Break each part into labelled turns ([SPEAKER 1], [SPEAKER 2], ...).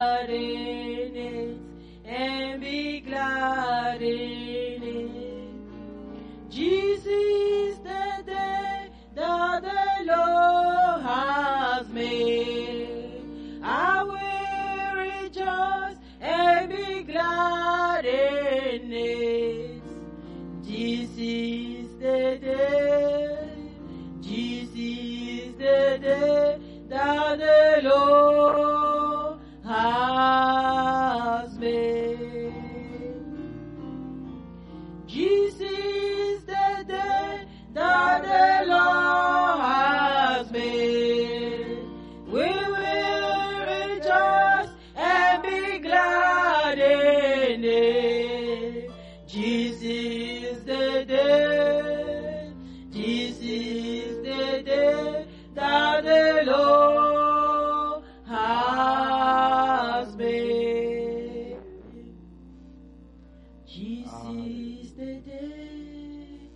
[SPEAKER 1] glad in it and be glad in it. Jesus, the day that the Lord has made, I will rejoice and be glad in it. This is the day, this is the day that the Lord has made. Jesus is the day that the Lord has made. We will rejoice and be glad in it. Jesus is the day. Jesus is the day that the Lord has made. Jesus is the day,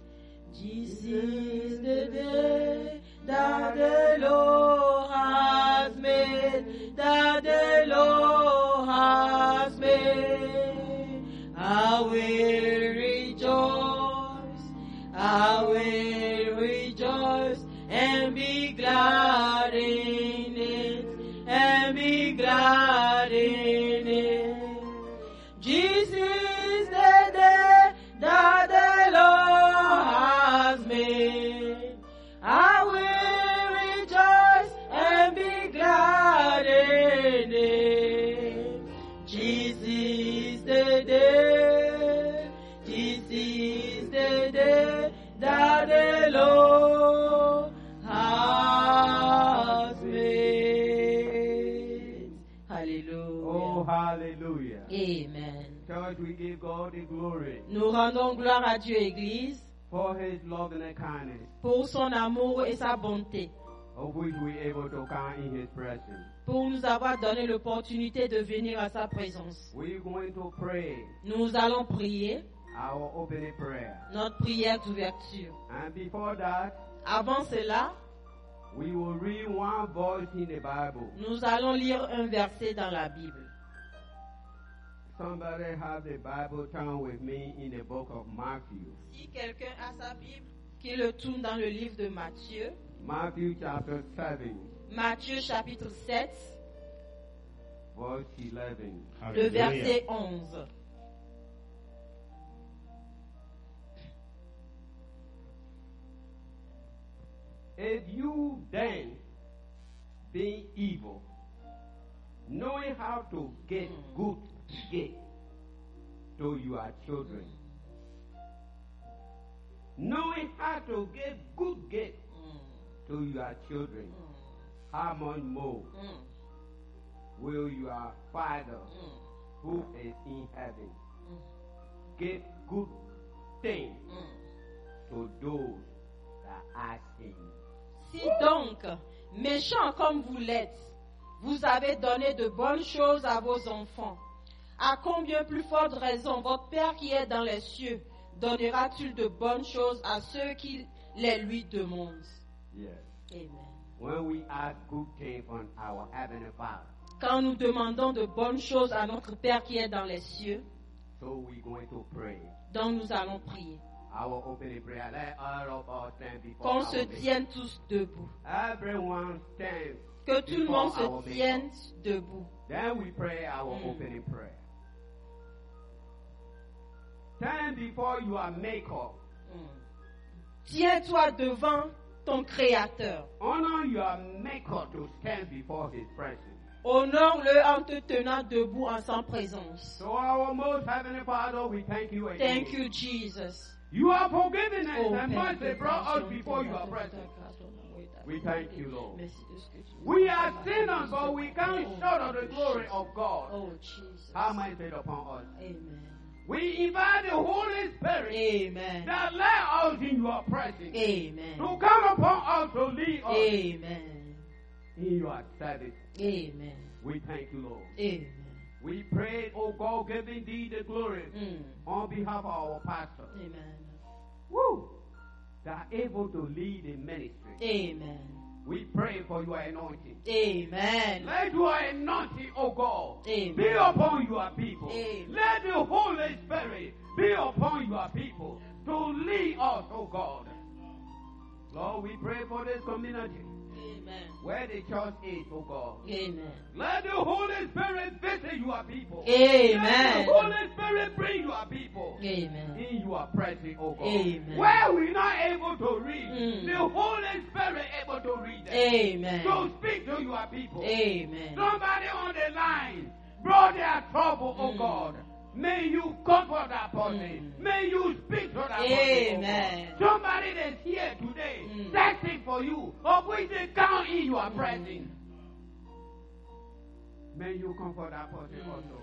[SPEAKER 1] Jesus is the day that the Lord has made, that the Lord has made. I will rejoice, I will rejoice and be glad in it, and be glad in it. Jesus is the day that the Lord has made. I will rejoice and be glad in it. Jesus is the day. This is the day that the Lord has made. Hallelujah.
[SPEAKER 2] Oh, hallelujah.
[SPEAKER 1] Amen.
[SPEAKER 2] Church, we give God the glory
[SPEAKER 1] Nous rendons gloire à Dieu, Église,
[SPEAKER 2] for his love and kindness,
[SPEAKER 1] pour son amour et sa bonté,
[SPEAKER 2] of which we able to count in his presence.
[SPEAKER 1] pour nous avoir donné l'opportunité de venir à sa présence.
[SPEAKER 2] We're going to pray
[SPEAKER 1] Nous allons prier
[SPEAKER 2] our opening prayer.
[SPEAKER 1] notre prière d'ouverture.
[SPEAKER 2] And before that,
[SPEAKER 1] Avant cela,
[SPEAKER 2] we will read one verse in the Bible.
[SPEAKER 1] nous allons lire un verset dans la Bible.
[SPEAKER 2] Somebody have the Bible turn with me in the book of Matthew.
[SPEAKER 1] Si quelqu'un a sa Bible, qu'il le tourne dans le livre de Matthieu,
[SPEAKER 2] Matthew chapter 7,
[SPEAKER 1] Matthieu chapitre 7,
[SPEAKER 2] verse 11.
[SPEAKER 1] le verset 11.
[SPEAKER 2] If you then, being evil, knowing how to get good gift to your children, knowing how to get good gift
[SPEAKER 1] Mm,
[SPEAKER 2] to your children, how much more
[SPEAKER 1] mm,
[SPEAKER 2] will your Father
[SPEAKER 1] mm,
[SPEAKER 2] who is in heaven give good things
[SPEAKER 1] mm.
[SPEAKER 2] to those that ask Him?
[SPEAKER 1] Si donc, méchants comme vous l'êtes, vous avez donné de bonnes choses à vos enfants, à combien plus forte raison votre Père qui est dans les cieux donnera-t-il de bonnes choses à ceux qui les lui demandent
[SPEAKER 2] Yes.
[SPEAKER 1] Amen.
[SPEAKER 2] When we ask good things from our Heavenly Father,
[SPEAKER 1] Quand nous demandons de bonnes choses à notre Père qui est dans les cieux,
[SPEAKER 2] so we're going to pray.
[SPEAKER 1] donc nous allons prier.
[SPEAKER 2] Our opening prayer, let all of us stand before
[SPEAKER 1] Qu'on
[SPEAKER 2] our
[SPEAKER 1] se
[SPEAKER 2] Maker.
[SPEAKER 1] tienne tous debout.
[SPEAKER 2] Everyone stands.
[SPEAKER 1] Que tout le
[SPEAKER 2] before
[SPEAKER 1] monde
[SPEAKER 2] our
[SPEAKER 1] se
[SPEAKER 2] Maker.
[SPEAKER 1] tienne debout.
[SPEAKER 2] Then we pray our
[SPEAKER 1] Mm.
[SPEAKER 2] opening prayer. Stand before your Maker.
[SPEAKER 1] Tiens-toi devant ton Créateur.
[SPEAKER 2] Honor your Maker to stand before His presence.
[SPEAKER 1] Honore-le en te tenant debout en sa présence.
[SPEAKER 2] So, our most Heavenly Father, we thank you again.
[SPEAKER 1] Thank you, Jesus.
[SPEAKER 2] You are forgiveness
[SPEAKER 1] Oh,
[SPEAKER 2] and
[SPEAKER 1] Père,
[SPEAKER 2] mercy
[SPEAKER 1] que
[SPEAKER 2] brought
[SPEAKER 1] ta
[SPEAKER 2] us
[SPEAKER 1] grâce,
[SPEAKER 2] before
[SPEAKER 1] ta
[SPEAKER 2] your
[SPEAKER 1] grâce,
[SPEAKER 2] presence.
[SPEAKER 1] ta grâce, ton amour et ta
[SPEAKER 2] We
[SPEAKER 1] bonté.
[SPEAKER 2] thank you, Lord.
[SPEAKER 1] Merci de ce que tu
[SPEAKER 2] We
[SPEAKER 1] nous as
[SPEAKER 2] are
[SPEAKER 1] fait.
[SPEAKER 2] sinners, but we come
[SPEAKER 1] Oh,
[SPEAKER 2] short of the glory
[SPEAKER 1] Jesus.
[SPEAKER 2] of God.
[SPEAKER 1] Oh, Jesus.
[SPEAKER 2] Have mercy upon us.
[SPEAKER 1] Amen.
[SPEAKER 2] We invite the Holy Spirit
[SPEAKER 1] Amen.
[SPEAKER 2] that led us in your presence to
[SPEAKER 1] Amen.
[SPEAKER 2] come upon us to lead us
[SPEAKER 1] Amen.
[SPEAKER 2] in your service.
[SPEAKER 1] Amen.
[SPEAKER 2] We thank you, Lord.
[SPEAKER 1] Amen.
[SPEAKER 2] We pray, O God, giving thee the glory
[SPEAKER 1] Mm.
[SPEAKER 2] on behalf of our pastor.
[SPEAKER 1] Amen.
[SPEAKER 2] Woo! That able to lead the ministry.
[SPEAKER 1] Amen.
[SPEAKER 3] We pray for your anointing.
[SPEAKER 1] Amen.
[SPEAKER 3] Let your anointing, O God,
[SPEAKER 1] Amen.
[SPEAKER 3] be upon your people.
[SPEAKER 1] Amen.
[SPEAKER 3] Let the Holy Spirit be upon your people to lead us, O God. Lord, we pray for this community
[SPEAKER 1] Amen.
[SPEAKER 3] where the church is, O God.
[SPEAKER 1] Amen.
[SPEAKER 3] Let the Holy Spirit visit your people. Let
[SPEAKER 1] Amen.
[SPEAKER 3] the Holy Spirit bring your people.
[SPEAKER 1] Amen.
[SPEAKER 3] In your presence, O God.
[SPEAKER 1] Amen.
[SPEAKER 3] Where we're not able to read,
[SPEAKER 1] Mm.
[SPEAKER 3] the Holy Spirit able to read them.
[SPEAKER 1] Amen.
[SPEAKER 3] So speak to your people.
[SPEAKER 1] Amen.
[SPEAKER 3] Somebody on the line brought their trouble, oh
[SPEAKER 1] Mm.
[SPEAKER 3] God. May you comfort that person.
[SPEAKER 1] Mm.
[SPEAKER 3] May you speak to that
[SPEAKER 1] Amen.
[SPEAKER 3] person. oh God. Somebody that's here today,
[SPEAKER 1] Mm.
[SPEAKER 3] searching for you, of which they count in your
[SPEAKER 1] Mm.
[SPEAKER 3] presence. May you comfort that person
[SPEAKER 1] Mm.
[SPEAKER 3] also.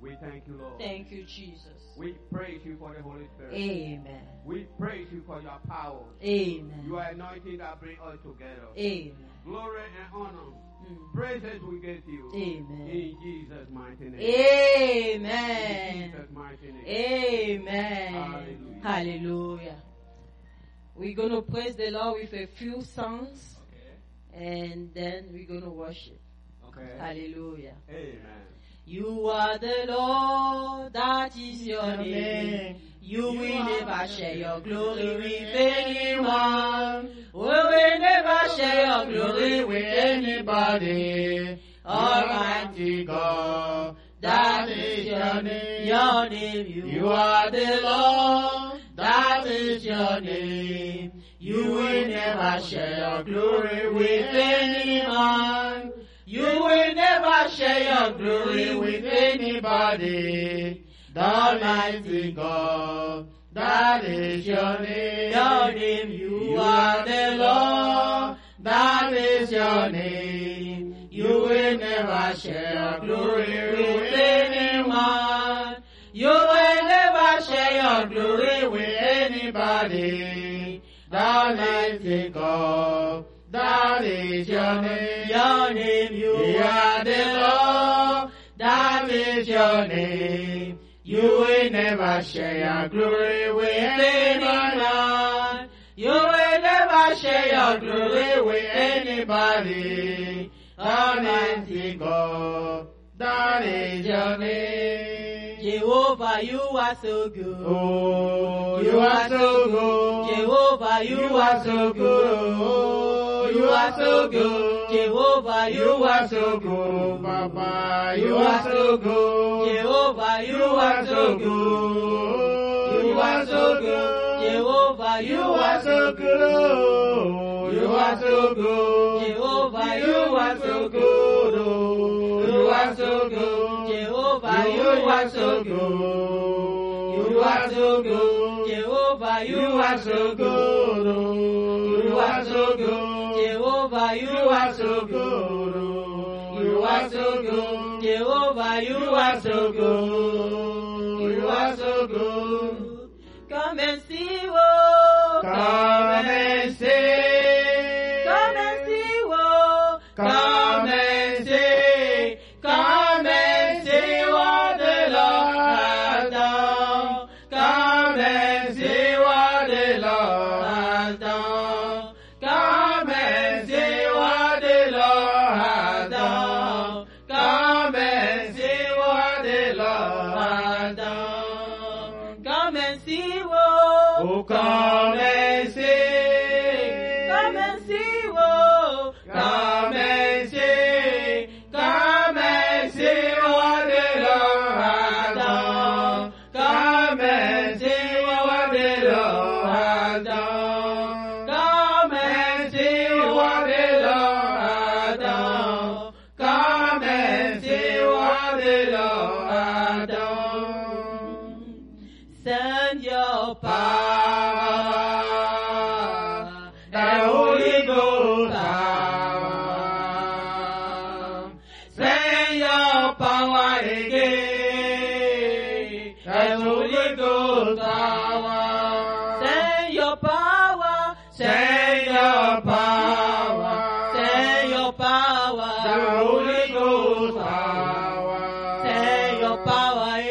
[SPEAKER 3] We thank you, Lord.
[SPEAKER 1] Thank you, Jesus.
[SPEAKER 3] we praise you for the Holy Spirit.
[SPEAKER 1] Amen.
[SPEAKER 3] We praise you for your power.
[SPEAKER 1] Amen.
[SPEAKER 3] Your anointing that brings us together.
[SPEAKER 1] Amen.
[SPEAKER 3] Glory and honor.
[SPEAKER 1] Mm.
[SPEAKER 3] Praises we give you.
[SPEAKER 1] Amen.
[SPEAKER 3] In Jesus' mighty name. In
[SPEAKER 1] Amen.
[SPEAKER 3] Jesus' mighty name.
[SPEAKER 1] Amen. Hallelujah. We're going to praise the Lord with a few songs and then we're going to worship.
[SPEAKER 3] Okay. Okay.
[SPEAKER 1] Hallelujah.
[SPEAKER 3] Amen.
[SPEAKER 1] You are the Lord, that is your name. You will never share your glory with anyone. We will never share your glory with anybody. Almighty God, that is your name. Your name, you are the Lord, that is your name. You will never share your glory with anyone. You will never share your glory with anybody. The Almighty God, that is your name. Your name, you are the Lord, that is your name. You will never share your glory with anyone. You will never share your glory with anybody. The Almighty God, that is your name. Your name, you are the Lord, that is your name. You will never share your glory with anyone. You will never share your glory with anybody. Almighty God, that is your name. Jehovah, you are so good.
[SPEAKER 2] Oh, you are so good.
[SPEAKER 1] Jehovah,
[SPEAKER 2] you are so good. Oh, you are so good.
[SPEAKER 1] Jehovah,
[SPEAKER 2] You are so good, Papa. You are so good.
[SPEAKER 1] Jehovah,
[SPEAKER 2] You are so good. Oh, You are so good.
[SPEAKER 1] Jehovah,
[SPEAKER 2] You are so good. Oh, You are so good.
[SPEAKER 1] Jehovah,
[SPEAKER 2] You are so good. Oh, You are so good.
[SPEAKER 1] Jehovah,
[SPEAKER 2] You are so good. You are so good.
[SPEAKER 1] Jehovah,
[SPEAKER 2] You are so good, oh, you are so good.
[SPEAKER 1] Jehovah,
[SPEAKER 2] You are so good, oh, you are so good.
[SPEAKER 1] Jehovah,
[SPEAKER 2] You are so good, you are so good.
[SPEAKER 1] Come and see, oh.
[SPEAKER 2] Come and sing.
[SPEAKER 1] Come and see, oh.
[SPEAKER 2] Come and sing. Come and see what the Lord has done. Come and see what the Lord has done. Come and see what the Lord has done. Come and see what the Lord has done.
[SPEAKER 1] Come and see, oh.
[SPEAKER 2] Oh, come and see.
[SPEAKER 1] Come and see, oh.
[SPEAKER 2] Come and see, come and see what the Lord has done. Come and see what the Lord has done. Come and see what the Lord has done. Come and see what the Lord has done.
[SPEAKER 1] Send your
[SPEAKER 2] Power,
[SPEAKER 1] power,
[SPEAKER 2] the Holy Ghost power. Send your power again, the Holy Ghost power.
[SPEAKER 1] Send your power,
[SPEAKER 2] Send your power.
[SPEAKER 1] send your power,
[SPEAKER 2] the Holy Ghost power.
[SPEAKER 1] send your power, eh.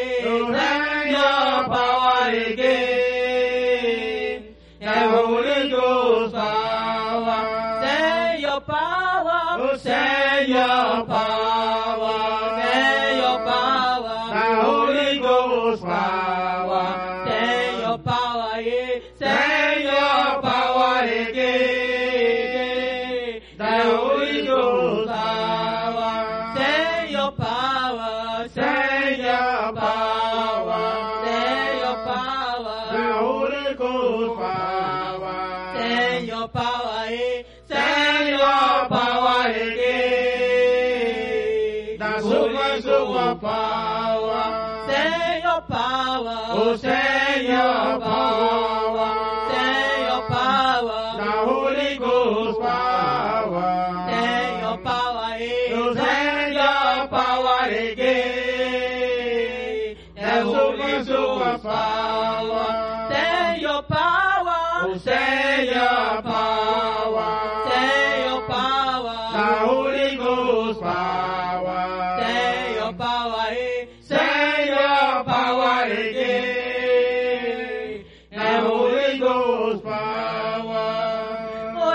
[SPEAKER 2] To send your power
[SPEAKER 1] É
[SPEAKER 2] again. The Holy Ghost power.
[SPEAKER 1] Tá tá your power.
[SPEAKER 2] Send your power.
[SPEAKER 1] Send your
[SPEAKER 2] The
[SPEAKER 1] power.
[SPEAKER 2] Holy Ghost power.
[SPEAKER 1] Send your power. eh.
[SPEAKER 2] Send your power again. The super, super power.
[SPEAKER 1] Send your power.
[SPEAKER 2] Oh, send your power.
[SPEAKER 1] Send your
[SPEAKER 2] The
[SPEAKER 1] power.
[SPEAKER 2] Holy Ghost power.
[SPEAKER 1] Send your power. eh.
[SPEAKER 2] Oh, send your power again. The super, super power.
[SPEAKER 1] Send your power.
[SPEAKER 2] Oh, send your power.
[SPEAKER 1] Send your
[SPEAKER 2] The
[SPEAKER 1] power.
[SPEAKER 2] Holy Ghost power.
[SPEAKER 1] Send your power. eh.
[SPEAKER 2] Send your power again. The Holy Ghost
[SPEAKER 1] Oh
[SPEAKER 2] power.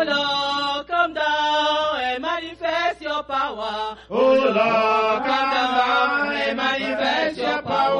[SPEAKER 1] Lord, come down and manifest your power.
[SPEAKER 2] Oh Lord, come
[SPEAKER 1] Come down
[SPEAKER 2] down
[SPEAKER 1] and manifest your power.
[SPEAKER 2] power.
[SPEAKER 1] Oh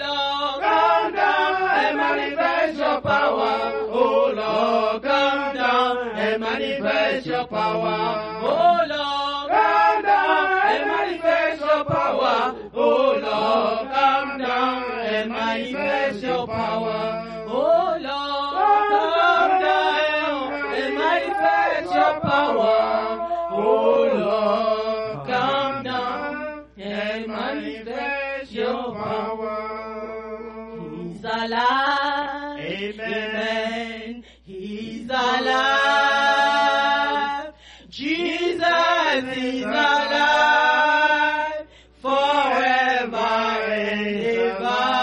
[SPEAKER 1] Lord, come down and manifest your power.
[SPEAKER 2] Oh Lord, come down and manifest your power.
[SPEAKER 1] Oh Lord, come down and manifest your power. Oh Lord, come down and manifest your power. Oh Lord,
[SPEAKER 2] Oh Lord, come down and manifest your power. Come Oh Lord, come down and manifest your power. Come down and manifest your power. Oh Lord, come down and manifest your power.
[SPEAKER 1] Oh Lord,
[SPEAKER 2] Come down and manifest your power. Oh Lord,
[SPEAKER 1] Oh Lord, come
[SPEAKER 2] come down and manifest your power.
[SPEAKER 1] down and manifest your power.
[SPEAKER 2] Oh Lord, come down and manifest your power.
[SPEAKER 1] He's alive.
[SPEAKER 2] Amen.
[SPEAKER 1] He's alive. Jesus is alive. Forever and ever.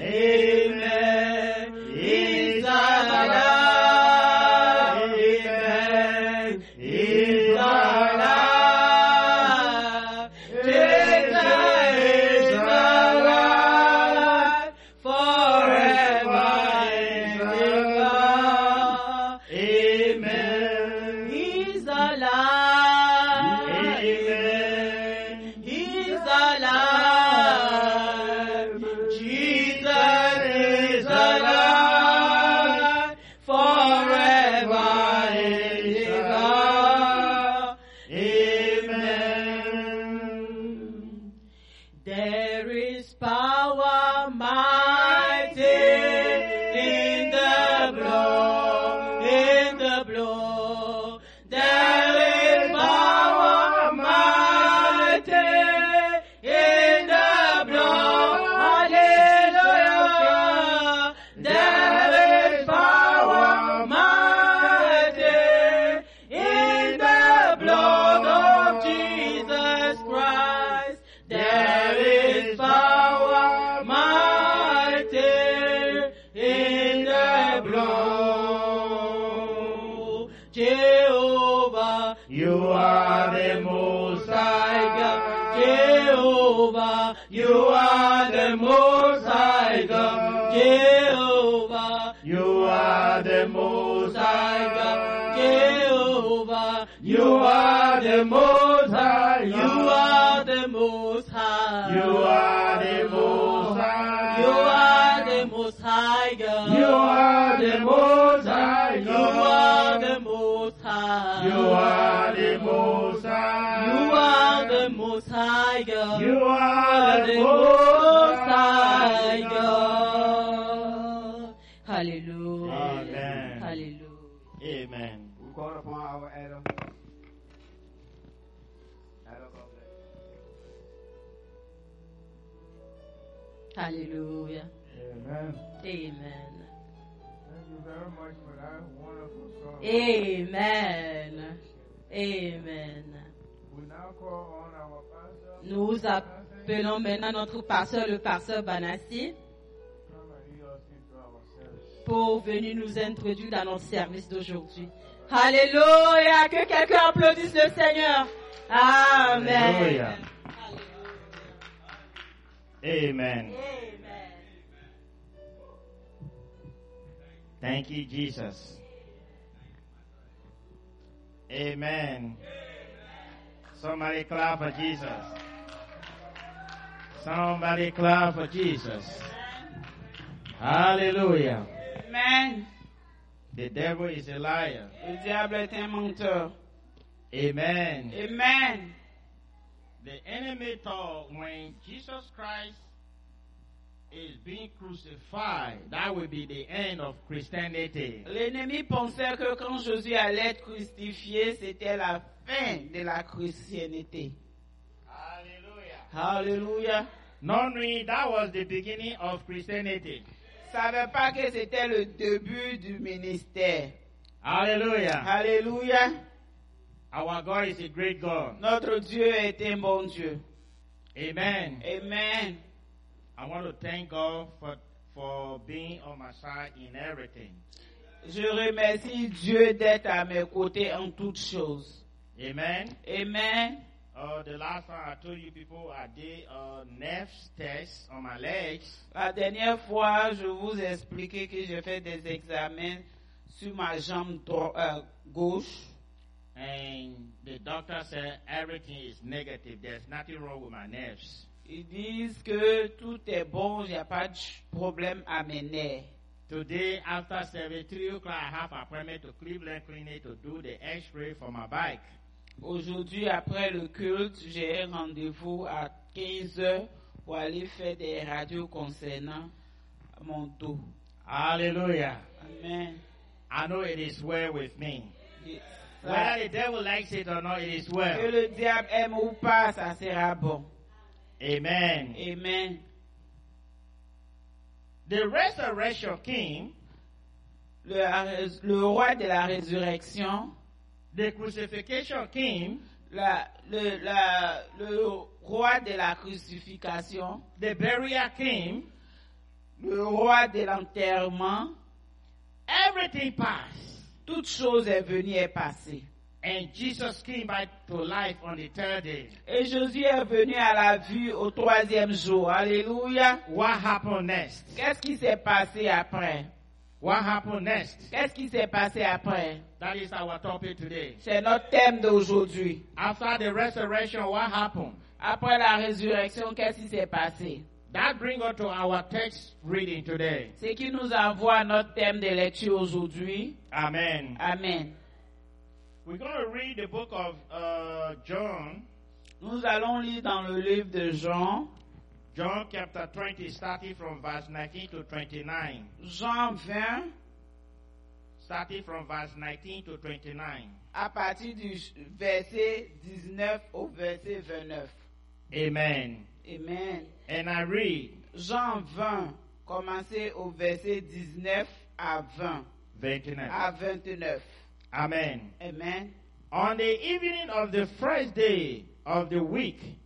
[SPEAKER 1] Amen. He's alive. Amen. He's alive. Jesus is alive forever and ever.
[SPEAKER 2] Amen.
[SPEAKER 1] He's alive.
[SPEAKER 2] Amen.
[SPEAKER 1] He's alive. Jesus is alive forever and ever.
[SPEAKER 2] Amen.
[SPEAKER 1] There is power mighty in the blood, in the blood. There is power mighty in the blood. Hallelujah. There is power mighty in the blood of Jesus Christ. There is power mighty in the blood. Jehovah,
[SPEAKER 2] You are the most high
[SPEAKER 1] God.
[SPEAKER 2] God.
[SPEAKER 1] Jehovah, you are the most high God. Jehovah,
[SPEAKER 2] You are the most high God.
[SPEAKER 1] Jehovah,
[SPEAKER 2] You are the most high
[SPEAKER 1] you
[SPEAKER 2] God.
[SPEAKER 1] are the most high.
[SPEAKER 2] You are the most high.
[SPEAKER 1] You are the most high God.
[SPEAKER 2] You are the most high
[SPEAKER 1] You are
[SPEAKER 2] God.
[SPEAKER 1] the most high.
[SPEAKER 2] You are the most high.
[SPEAKER 1] You are the most high God.
[SPEAKER 2] You are the
[SPEAKER 1] most
[SPEAKER 2] most
[SPEAKER 1] high
[SPEAKER 2] high
[SPEAKER 1] God. Hallelujah.
[SPEAKER 2] Amen.
[SPEAKER 1] Hallelujah.
[SPEAKER 2] Amen.
[SPEAKER 3] We call upon our Adam. Adam, God bless you.
[SPEAKER 1] Hallelujah.
[SPEAKER 4] Amen.
[SPEAKER 1] Amen.
[SPEAKER 4] Thank you very much for that wonderful song.
[SPEAKER 1] Amen. Amen.
[SPEAKER 4] We now call on our pastor.
[SPEAKER 1] Nous appelons maintenant notre pasteur, le pasteur Banassi,
[SPEAKER 4] Come and lead us into our service.
[SPEAKER 1] pour venir nous introduire dans notre service d'aujourd'hui. Alléluia. Que quelqu'un applaudisse le Seigneur. Amen.
[SPEAKER 2] Alléluia.
[SPEAKER 5] Amen.
[SPEAKER 6] Amen.
[SPEAKER 5] Thank you, Jesus. Amen. Somebody clap for Jesus. Somebody clap for Jesus. Hallelujah.
[SPEAKER 1] Amen.
[SPEAKER 5] The devil is a liar.
[SPEAKER 1] Le diable est un menteur.
[SPEAKER 5] Amen.
[SPEAKER 1] Amen.
[SPEAKER 5] The enemy thought when Jesus Christ is being crucified, that will be the end of Christianity.
[SPEAKER 1] L'ennemi pensait que quand Jésus allait être crucifié, c'était la fin de la christianité.
[SPEAKER 5] Hallelujah.
[SPEAKER 1] Alléluia.
[SPEAKER 5] Not knowing that was the beginning of Christianity.
[SPEAKER 1] Savait pas que c'était le début du ministère.
[SPEAKER 5] Hallelujah.
[SPEAKER 1] Alléluia.
[SPEAKER 5] Our God is a great God.
[SPEAKER 1] Notre Dieu est un bon Dieu.
[SPEAKER 5] Amen.
[SPEAKER 1] Amen.
[SPEAKER 5] I want to thank God for, for being on my side in everything.
[SPEAKER 1] Je remercie Dieu d'être à mes côtés en toutes choses.
[SPEAKER 5] Amen.
[SPEAKER 1] Amen.
[SPEAKER 5] Uh, the last time I told you people I did a nerve test on my legs.
[SPEAKER 1] La dernière fois, je vous ai expliqué que j'ai fait des examens sur ma jambe dro- euh, gauche.
[SPEAKER 5] And the doctor said everything is negative. There's nothing wrong with my nerves.
[SPEAKER 1] Ils disent que tout est bon, il n'y a pas de ch- problème à mes nerfs.
[SPEAKER 5] Today, after 7, 3 o'clock, I have appointment to Cleveland Clinic to do the x-ray for my bike.
[SPEAKER 1] Aujourd'hui, après le culte, j'ai un rendez-vous à 15h pour aller faire des radios concernant mon dos.
[SPEAKER 5] Hallelujah.
[SPEAKER 1] Amen.
[SPEAKER 5] I know it is well with me.
[SPEAKER 1] Et ça,
[SPEAKER 5] Whether the devil likes it or not, it is well.
[SPEAKER 1] que le diable aime ou pas, ça sera bon.
[SPEAKER 5] Amen.
[SPEAKER 1] Amen.
[SPEAKER 5] The resurrection king,
[SPEAKER 1] Le, la rés- le roi de la résurrection,
[SPEAKER 5] the crucifixion king,
[SPEAKER 1] la- le, la- le roi de la crucifixion,
[SPEAKER 5] the burial king,
[SPEAKER 1] le roi de l'enterrement,
[SPEAKER 5] everything passed.
[SPEAKER 1] toute chose est venue et passée.
[SPEAKER 5] And Jesus came back to life on the third day.
[SPEAKER 1] Et Jésus est venu à la vue au troisième jour. Alléluia.
[SPEAKER 5] What happened next?
[SPEAKER 1] Qu'est-ce qui s'est passé après
[SPEAKER 5] What happened next?
[SPEAKER 1] Qu'est-ce qui s'est passé après
[SPEAKER 5] That is our topic today.
[SPEAKER 1] C'est notre thème d'aujourd'hui.
[SPEAKER 5] After the resurrection, what happened?
[SPEAKER 1] Après la résurrection, qu'est-ce qui s'est passé
[SPEAKER 5] That brings us to our text reading today.
[SPEAKER 1] Ce qui nous envoie à notre thème de lecture aujourd'hui.
[SPEAKER 5] Amen.
[SPEAKER 1] Amen.
[SPEAKER 5] We're going to read the book of uh, John,
[SPEAKER 1] Nous allons lire dans le livre de Jean,
[SPEAKER 5] John chapter 20, starting from verse 19 to 29.
[SPEAKER 1] Jean 20,
[SPEAKER 5] starting from verse 19 to 29.
[SPEAKER 1] à partir du verset 19 au verset 29.
[SPEAKER 5] Amen.
[SPEAKER 1] Amen.
[SPEAKER 5] And I read
[SPEAKER 1] Jean 20, commencez au verset 19 à 20,
[SPEAKER 5] 29.
[SPEAKER 1] à 29.
[SPEAKER 5] Amen.
[SPEAKER 1] Amen.
[SPEAKER 5] On the evening of the first day of the week,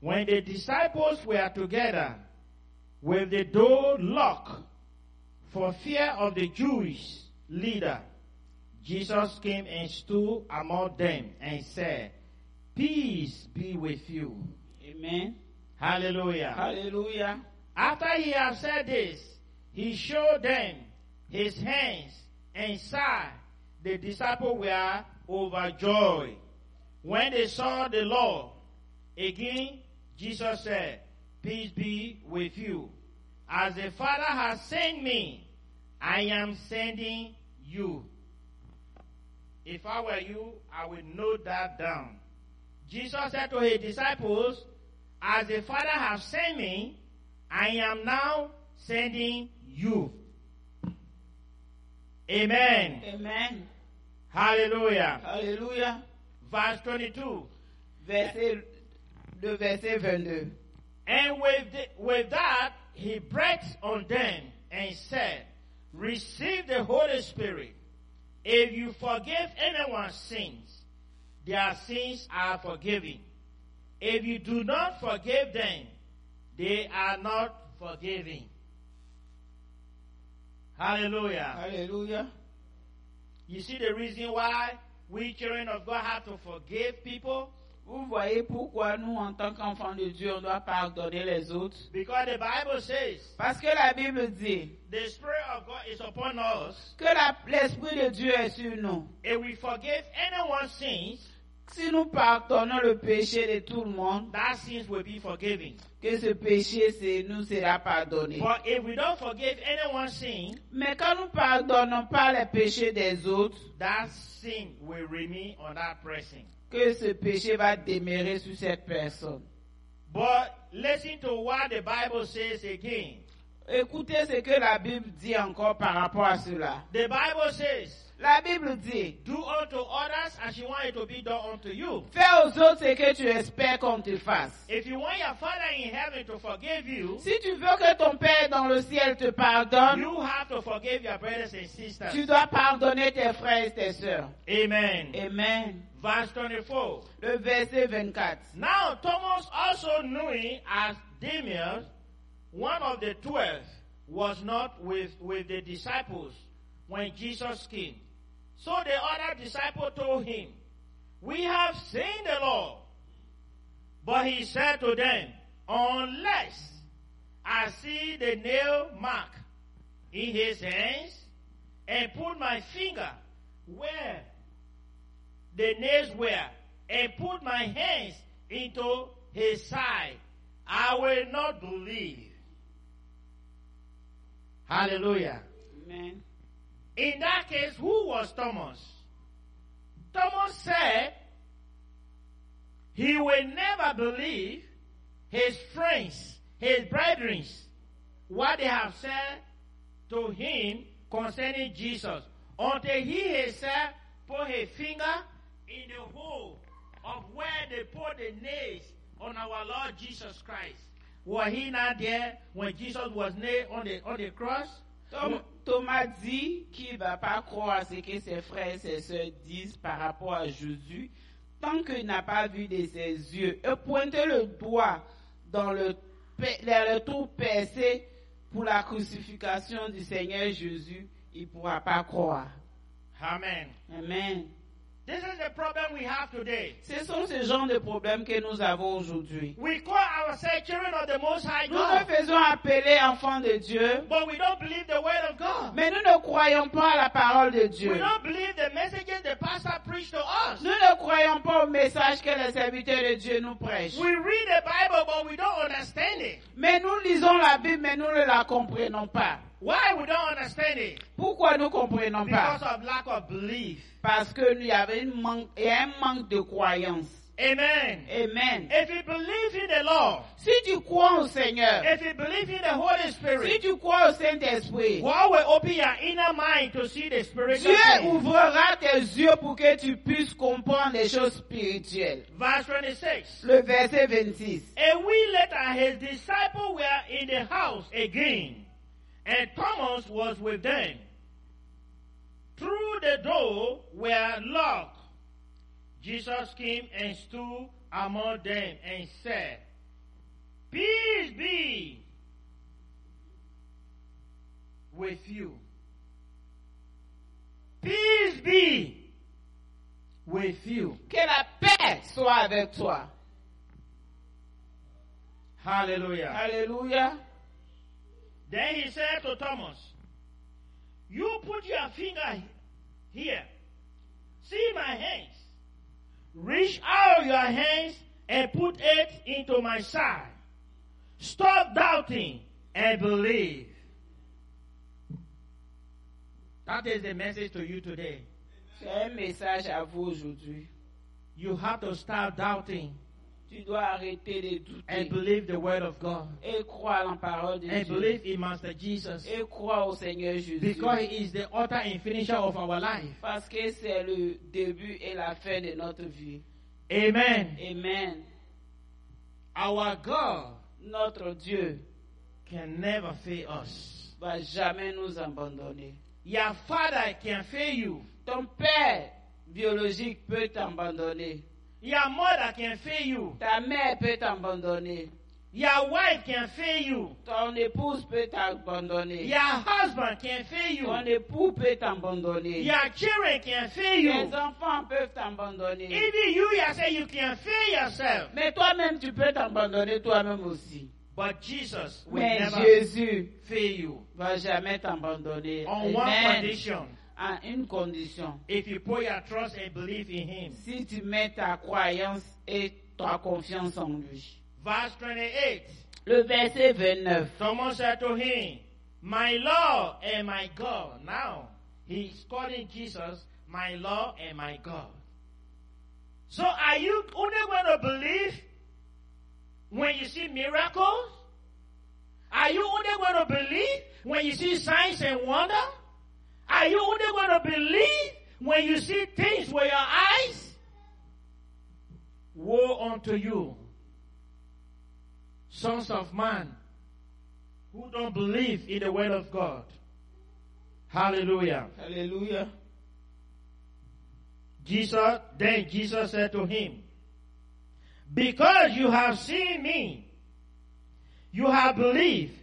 [SPEAKER 5] when the disciples were together with the door locked for fear of the Jewish leader, Jesus came and stood among them and said, Peace be with you.
[SPEAKER 1] Amen.
[SPEAKER 5] Hallelujah.
[SPEAKER 1] Alléluia.
[SPEAKER 5] After he had said this, he showed them his hands and side. The disciples were overjoyed. When they saw the Lord, again Jesus said, Peace be with you. As the Father has sent me, I am sending you. If I were you, I would note that down. Jesus said to his disciples, As the Father has sent me, I am now sending you. Amen.
[SPEAKER 1] Amen.
[SPEAKER 5] Hallelujah.
[SPEAKER 1] Alléluia.
[SPEAKER 5] Verse 22.
[SPEAKER 1] Verset, le verset 22.
[SPEAKER 5] And with, the- with that, he breathed on them and said, Receive the Holy Spirit. If you forgive anyone's sins, their sins are forgiven. If you do not forgive them, they are not forgiven. Hallelujah.
[SPEAKER 1] Alléluia.
[SPEAKER 5] You see the reason why we children of God have to forgive people?
[SPEAKER 7] Vous voyez pourquoi nous, en tant qu'enfants de Dieu, on doit pardonner les autres.
[SPEAKER 5] Because the Bible says
[SPEAKER 7] Parce que la Bible dit
[SPEAKER 5] the Spirit of God is upon us
[SPEAKER 7] que la- l'Esprit de Dieu est sur nous.
[SPEAKER 5] if we forgive anyone's sins,
[SPEAKER 7] Si nous pardonnons le péché de tout le monde,
[SPEAKER 5] that sins will be forgiven.
[SPEAKER 7] que ce péché c'est- nous sera pardonné.
[SPEAKER 5] But if we don't forgive anyone's sin,
[SPEAKER 7] Mais quand nous pardonnons pas les péchés des autres,
[SPEAKER 5] that sin will remain on that person.
[SPEAKER 7] que ce péché va demeurer sur cette personne.
[SPEAKER 5] But listen to what the Bible says again.
[SPEAKER 7] Écoutez ce que la Bible dit encore par rapport à cela.
[SPEAKER 5] The Bible says,
[SPEAKER 7] La Bible dit,
[SPEAKER 5] Do unto others as you want it to be done unto you.
[SPEAKER 7] fais aux autres ce que tu espères qu'on te fasse.
[SPEAKER 5] If you want your Father in heaven to forgive you,
[SPEAKER 7] Si tu veux que ton Père dans le ciel te pardonne,
[SPEAKER 5] you have to forgive your brothers and
[SPEAKER 7] tu
[SPEAKER 5] sisters.
[SPEAKER 7] dois pardonner tes frères et tes sœurs.
[SPEAKER 5] Amen.
[SPEAKER 7] Amen.
[SPEAKER 5] Verse 24.
[SPEAKER 7] Le verset 24.
[SPEAKER 5] Now Thomas also knew him as Damian, one of the twelve, was not with, with the disciples when Jesus came. So the other disciple told him, We have seen the Lord. But he said to them, Unless I see the nail mark in his hands and put my finger where the nails were and put my hands into his side, I will not believe. Hallelujah.
[SPEAKER 7] Amen.
[SPEAKER 5] In that case, who was Thomas? Thomas said he will never believe his friends, his brethren, what they have said to him concerning Jesus until he himself put his finger in the hole of where they put the nails on our Lord Jesus Christ. Was he not there when Jesus was nailed on the, on the cross?
[SPEAKER 7] Tom- Thomas dit qu'il va pas croire à ce que ses frères et ses sœurs disent par rapport à Jésus tant qu'il n'a pas vu de ses yeux et pointer le doigt dans le, pe- dans le trou percé pour la crucifixion du Seigneur Jésus, il pourra pas croire.
[SPEAKER 5] Amen.
[SPEAKER 7] Amen.
[SPEAKER 5] This is the problem we have today.
[SPEAKER 7] Ce sont ce genre de problèmes que nous avons aujourd'hui.
[SPEAKER 5] We call ourselves children of the Most High
[SPEAKER 7] Nous nous
[SPEAKER 5] God,
[SPEAKER 7] faisons appeler enfants de Dieu,
[SPEAKER 5] but we don't believe the Word of God.
[SPEAKER 7] mais nous ne croyons pas à la parole de Dieu.
[SPEAKER 5] We don't believe the messages the pastor preached to us.
[SPEAKER 7] Nous ne croyons pas au message que les serviteurs de Dieu nous prêchent.
[SPEAKER 5] We read the Bible, but we don't understand it.
[SPEAKER 7] Mais nous lisons la Bible, mais nous ne la comprenons pas.
[SPEAKER 5] Why we don't understand it?
[SPEAKER 7] Pourquoi nous ne comprenons pas
[SPEAKER 5] Because of lack of belief.
[SPEAKER 7] Parce qu'il y avait une manque, il y a un manque de croyance.
[SPEAKER 5] Amen.
[SPEAKER 7] Amen.
[SPEAKER 5] If you believe in the Lord,
[SPEAKER 7] Si tu crois au Seigneur,
[SPEAKER 5] if you believe in the Holy
[SPEAKER 7] si
[SPEAKER 5] Spirit,
[SPEAKER 7] tu crois au Saint-Esprit,
[SPEAKER 5] God will open your inner mind to see the spiritual
[SPEAKER 7] Dieu
[SPEAKER 5] things.
[SPEAKER 7] ouvrira tes yeux pour que tu puisses comprendre les choses spirituelles.
[SPEAKER 5] Verse 26.
[SPEAKER 7] Le verset 26.
[SPEAKER 5] A week later, his disciples were in the house again, and Thomas was with them. Through the door were locked. Jesus came and stood among them and said, Peace be with you. Peace be with you.
[SPEAKER 7] Que la paix soit avec toi.
[SPEAKER 5] Hallelujah.
[SPEAKER 7] Alléluia.
[SPEAKER 5] Then he said to Thomas, You put your finger here. See my hands. Reach out your hands and put it into my side. Stop doubting and believe. That is the message to you today.
[SPEAKER 7] C'est un message à vous aujourd'hui.
[SPEAKER 5] You have to stop doubting
[SPEAKER 7] Tu dois arrêter de
[SPEAKER 5] and
[SPEAKER 7] douter
[SPEAKER 5] believe the word of God.
[SPEAKER 7] et croire en la parole de
[SPEAKER 5] And
[SPEAKER 7] Dieu
[SPEAKER 5] believe in Master Jesus.
[SPEAKER 7] et croire au Seigneur Jésus
[SPEAKER 5] Because he is the author and finisher of our life.
[SPEAKER 7] parce que c'est le début et la fin de notre vie.
[SPEAKER 5] Amen.
[SPEAKER 7] Amen.
[SPEAKER 5] Our God
[SPEAKER 7] Notre Dieu
[SPEAKER 5] can never fail us.
[SPEAKER 7] va jamais nous abandonner.
[SPEAKER 5] Your father can fail you.
[SPEAKER 7] Ton père biologique peut t'abandonner.
[SPEAKER 5] Your mother can fail you.
[SPEAKER 7] Ta mère peut t'abandonner.
[SPEAKER 5] Your wife can fail you.
[SPEAKER 7] Ton épouse peut t'abandonner.
[SPEAKER 5] Your husband can fail you.
[SPEAKER 7] Ton époux peut t'abandonner.
[SPEAKER 5] Your children can fail
[SPEAKER 7] Tes
[SPEAKER 5] you.
[SPEAKER 7] enfants peuvent t'abandonner.
[SPEAKER 5] Even you yourself, you can fail yourself.
[SPEAKER 7] Mais toi-même, tu peux t'abandonner toi-même aussi.
[SPEAKER 5] But Jesus will
[SPEAKER 7] Mais
[SPEAKER 5] never
[SPEAKER 7] Jésus
[SPEAKER 5] fail you.
[SPEAKER 7] va jamais t'abandonner.
[SPEAKER 5] On one
[SPEAKER 7] Amen.
[SPEAKER 5] condition.
[SPEAKER 7] À une condition.
[SPEAKER 5] If you put your trust and belief in him.
[SPEAKER 7] Si tu mets ta croyance et ta confiance en lui.
[SPEAKER 5] Verse 28.
[SPEAKER 7] Le verset 29.
[SPEAKER 5] Someone said to him, My Lord and my God. Now, he's calling Jesus my Lord and my God. So are you only going to believe when you see miracles? Are you only going to believe when you see signs and wonder? Are you only going to believe when you see things with your eyes? Woe unto you, sons of man, who don't believe in the word of God. Hallelujah.
[SPEAKER 7] Alléluia.
[SPEAKER 5] Jesus, then Jesus said to him, Because you have seen me, you have believed.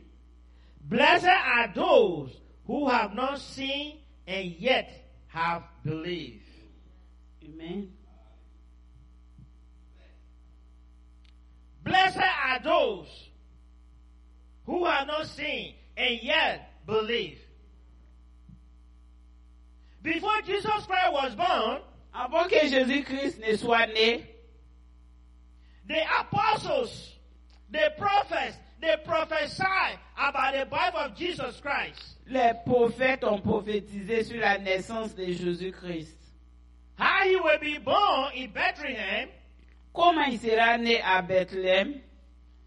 [SPEAKER 5] Blessed are those who have not seen and yet have believed.
[SPEAKER 7] Amen.
[SPEAKER 5] Blessed are those who have not seen and yet believe. Before Jesus Christ was born,
[SPEAKER 7] Avant que Jésus-Christ ne soit né,
[SPEAKER 5] The apostles, the prophets, they prophesy about the birth of Jesus Christ.
[SPEAKER 7] les prophètes ont prophétisé sur la naissance de Jésus-Christ.
[SPEAKER 5] How he will be born in Bethlehem,
[SPEAKER 7] Comment il sera né à Bethléem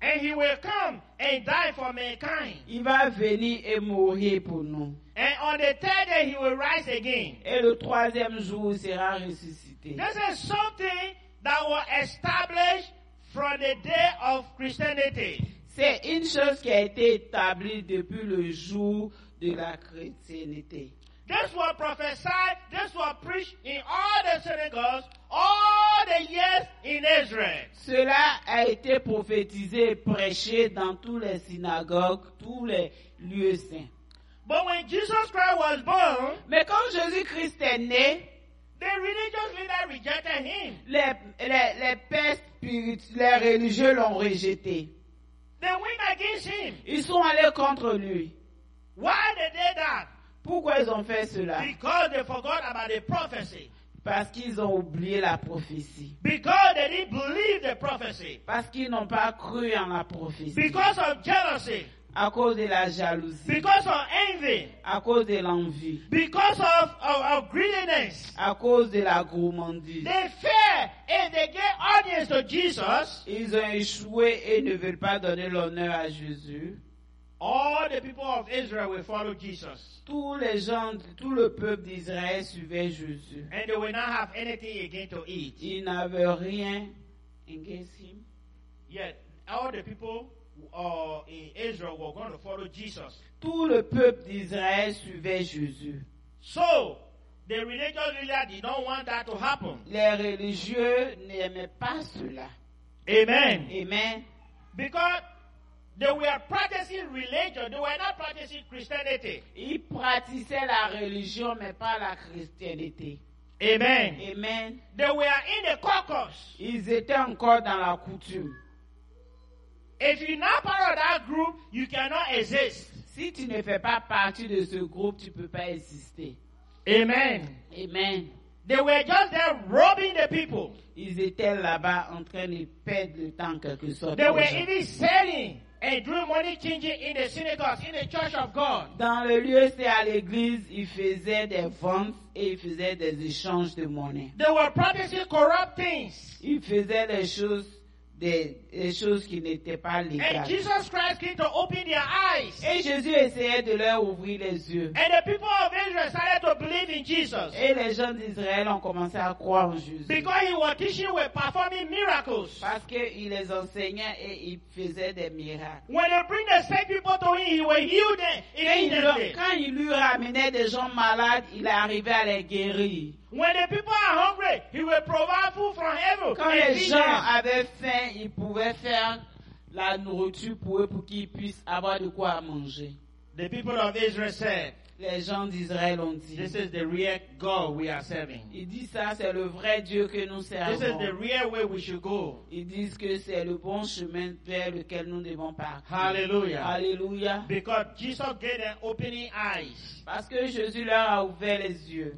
[SPEAKER 5] and he will come and die for mankind.
[SPEAKER 7] Il va venir et mourir pour nous.
[SPEAKER 5] And on the third day, he will rise again.
[SPEAKER 7] Et le troisième jour, il sera ressuscité.
[SPEAKER 5] This is something that was established from the day of Christianity.
[SPEAKER 7] C'est une chose qui a été établie depuis le jour de la chrétienté.
[SPEAKER 5] This was prophesied, this was preached in all the synagogues, all the years in Israel.
[SPEAKER 7] Cela a été prophétisé et prêché dans tous les synagogues, tous les lieux saints.
[SPEAKER 5] But when Jesus Christ was born,
[SPEAKER 7] Mais quand Jésus-Christ est né,
[SPEAKER 5] The religious leader rejected him.
[SPEAKER 7] les, les, les pères spirituels, les religieux l'ont rejeté.
[SPEAKER 5] They went against him.
[SPEAKER 7] Ils sont allés contre lui.
[SPEAKER 5] Why they did that?
[SPEAKER 7] Pourquoi ils ont fait cela
[SPEAKER 5] Because they forgot about the prophecy.
[SPEAKER 7] Parce qu'ils ont oublié la prophétie.
[SPEAKER 5] Because they didn't believe the prophecy.
[SPEAKER 7] Parce qu'ils n'ont pas cru en la prophétie.
[SPEAKER 5] Because of jealousy.
[SPEAKER 7] À cause de la jalousie,
[SPEAKER 5] Because of envy.
[SPEAKER 7] à cause de l'envie,
[SPEAKER 5] Because of, of, of greediness.
[SPEAKER 7] à cause de la gourmandise.
[SPEAKER 5] They fear if they gave audience to Jesus,
[SPEAKER 7] Ils ont échoué et ne veulent pas donner l'honneur à Jésus.
[SPEAKER 5] all the people of Israel will follow Jesus.
[SPEAKER 7] Tous les gens, tout le peuple d'Israël suivait Jésus.
[SPEAKER 5] And they will not have anything again to eat.
[SPEAKER 7] Ils n'avaient rien against him.
[SPEAKER 5] Yet, all the people uh, in Israel were going to follow Jesus.
[SPEAKER 7] Tout le peuple d'Israël suivait Jésus.
[SPEAKER 5] So, the religious leader did not want that to happen.
[SPEAKER 7] Les religieux n'aimaient pas cela.
[SPEAKER 5] Amen.
[SPEAKER 7] Amen.
[SPEAKER 5] Because they were practicing religion, they were not practicing Christianity.
[SPEAKER 7] Ils pratiquaient la religion, mais pas la christianité.
[SPEAKER 5] Amen.
[SPEAKER 7] Amen.
[SPEAKER 5] They were in the caucus.
[SPEAKER 7] Ils étaient encore dans la coutume.
[SPEAKER 5] If you're not part of that group, you cannot exist.
[SPEAKER 7] Si tu ne fais pas partie de ce groupe, tu ne peux pas exister.
[SPEAKER 5] Amen.
[SPEAKER 7] Amen.
[SPEAKER 5] They were just there robbing the people.
[SPEAKER 7] Ils étaient là-bas en train de perdre le temps en quelque sorte.
[SPEAKER 5] They
[SPEAKER 7] aux
[SPEAKER 5] were
[SPEAKER 7] gens.
[SPEAKER 5] even selling and doing money changing in the synagogues, in the church of God.
[SPEAKER 7] Dans le lieu, c'est à l'église, ils faisaient des ventes et ils faisaient des échanges de monnaie.
[SPEAKER 5] They were practicing corrupt things.
[SPEAKER 7] Ils faisaient des choses, des, des choses qui n'étaient pas
[SPEAKER 5] And
[SPEAKER 7] légales.
[SPEAKER 5] Jesus Christ came to open their eyes.
[SPEAKER 7] Et Jésus essayait de leur ouvrir les yeux.
[SPEAKER 5] And the people of Israel started to believe in Jesus.
[SPEAKER 7] Et les gens d'Israël ont commencé à croire en Jésus.
[SPEAKER 5] Because he was teaching, was performing miracles.
[SPEAKER 7] Parce qu'il les enseignait et il faisait des miracles.
[SPEAKER 5] When they bring the sick people to him, he will heal them
[SPEAKER 7] Quand il, leur-
[SPEAKER 5] immediately.
[SPEAKER 7] quand il lui ramenait des gens malades, il arrivait à les guérir.
[SPEAKER 5] When the people are hungry, he will provide food from heaven.
[SPEAKER 7] Quand
[SPEAKER 5] and
[SPEAKER 7] les
[SPEAKER 5] feed
[SPEAKER 7] gens
[SPEAKER 5] them.
[SPEAKER 7] avaient faim, ils pouvaient faire la nourriture pour eux pour qu'ils puissent avoir de quoi manger.
[SPEAKER 5] The people of Israel said,
[SPEAKER 7] Les gens d'Israël ont dit,
[SPEAKER 5] This is the real God we are serving.
[SPEAKER 7] ils disent ça, c'est le vrai Dieu que nous
[SPEAKER 5] This is
[SPEAKER 7] servons.
[SPEAKER 5] the real way we should go.
[SPEAKER 7] Ils disent que c'est le bon chemin vers lequel nous devons partir.
[SPEAKER 5] Hallelujah.
[SPEAKER 7] Alléluia.
[SPEAKER 5] Because Jesus gave them opening eyes.
[SPEAKER 7] Parce que Jésus leur a ouvert les yeux.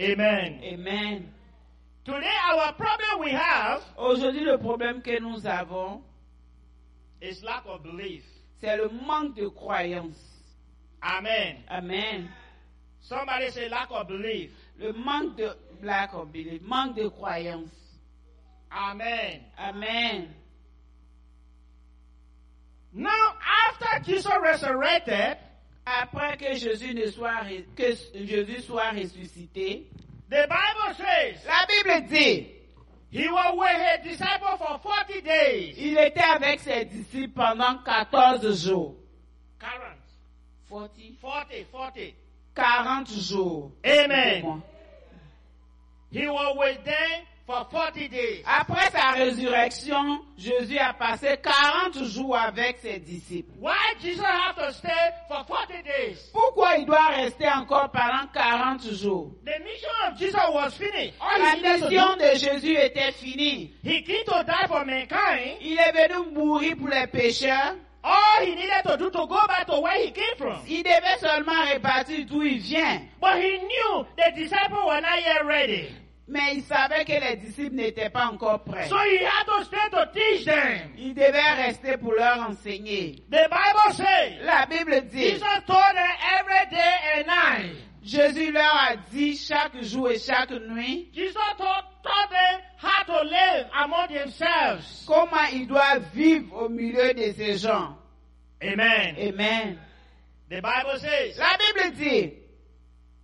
[SPEAKER 5] Amen.
[SPEAKER 7] Amen.
[SPEAKER 5] Today, our problem we have
[SPEAKER 7] Aujourd'hui, le problème que nous avons,
[SPEAKER 5] is lack of belief.
[SPEAKER 7] c'est le manque de croyance.
[SPEAKER 5] Amen.
[SPEAKER 7] Amen.
[SPEAKER 5] Somebody say lack of belief.
[SPEAKER 7] Le manque de black or belief, manque de croyance.
[SPEAKER 5] Amen.
[SPEAKER 7] Amen.
[SPEAKER 5] Now, after Jesus resurrected,
[SPEAKER 7] Après que Jésus ne soit ré- que Jésus soit ressuscité,
[SPEAKER 5] the Bible says
[SPEAKER 7] la Bible dit,
[SPEAKER 5] he was with his disciples for 40 days.
[SPEAKER 7] il était avec ses disciples pendant 14 jours.
[SPEAKER 5] Current.
[SPEAKER 7] 40,
[SPEAKER 5] 40, 40.
[SPEAKER 7] 40 jours.
[SPEAKER 5] Amen. He was with them for 40 days.
[SPEAKER 7] Après sa résurrection, Jésus a passé 40 jours avec ses disciples.
[SPEAKER 5] Why Jesus have to stay for 40 days?
[SPEAKER 7] Pourquoi il doit rester encore pendant 40 jours
[SPEAKER 5] The mission of Jesus was finished. All
[SPEAKER 7] La
[SPEAKER 5] he needed to do,
[SPEAKER 7] mission de Jésus était finie.
[SPEAKER 5] he came to die for mankind.
[SPEAKER 7] Il est venu mourir pour les pécheurs.
[SPEAKER 5] All he needed to do to go back to where he came from.
[SPEAKER 7] Il devait seulement répartir d'où il vient.
[SPEAKER 5] But he knew the disciples were not yet ready.
[SPEAKER 7] Mais il savait que les disciples n'étaient pas encore prêts.
[SPEAKER 5] So he had to stay to teach them.
[SPEAKER 7] Il devait rester pour leur enseigner.
[SPEAKER 5] The Bible says,
[SPEAKER 7] La Bible dit,
[SPEAKER 5] Jesus told them every day and night.
[SPEAKER 7] Jésus leur a dit chaque jour et chaque nuit
[SPEAKER 5] Jesus taught, taught them how to live among themselves.
[SPEAKER 7] comment ils doivent vivre au milieu de ces gens.
[SPEAKER 5] Amen.
[SPEAKER 7] Amen.
[SPEAKER 5] The Bible says,
[SPEAKER 7] La Bible dit,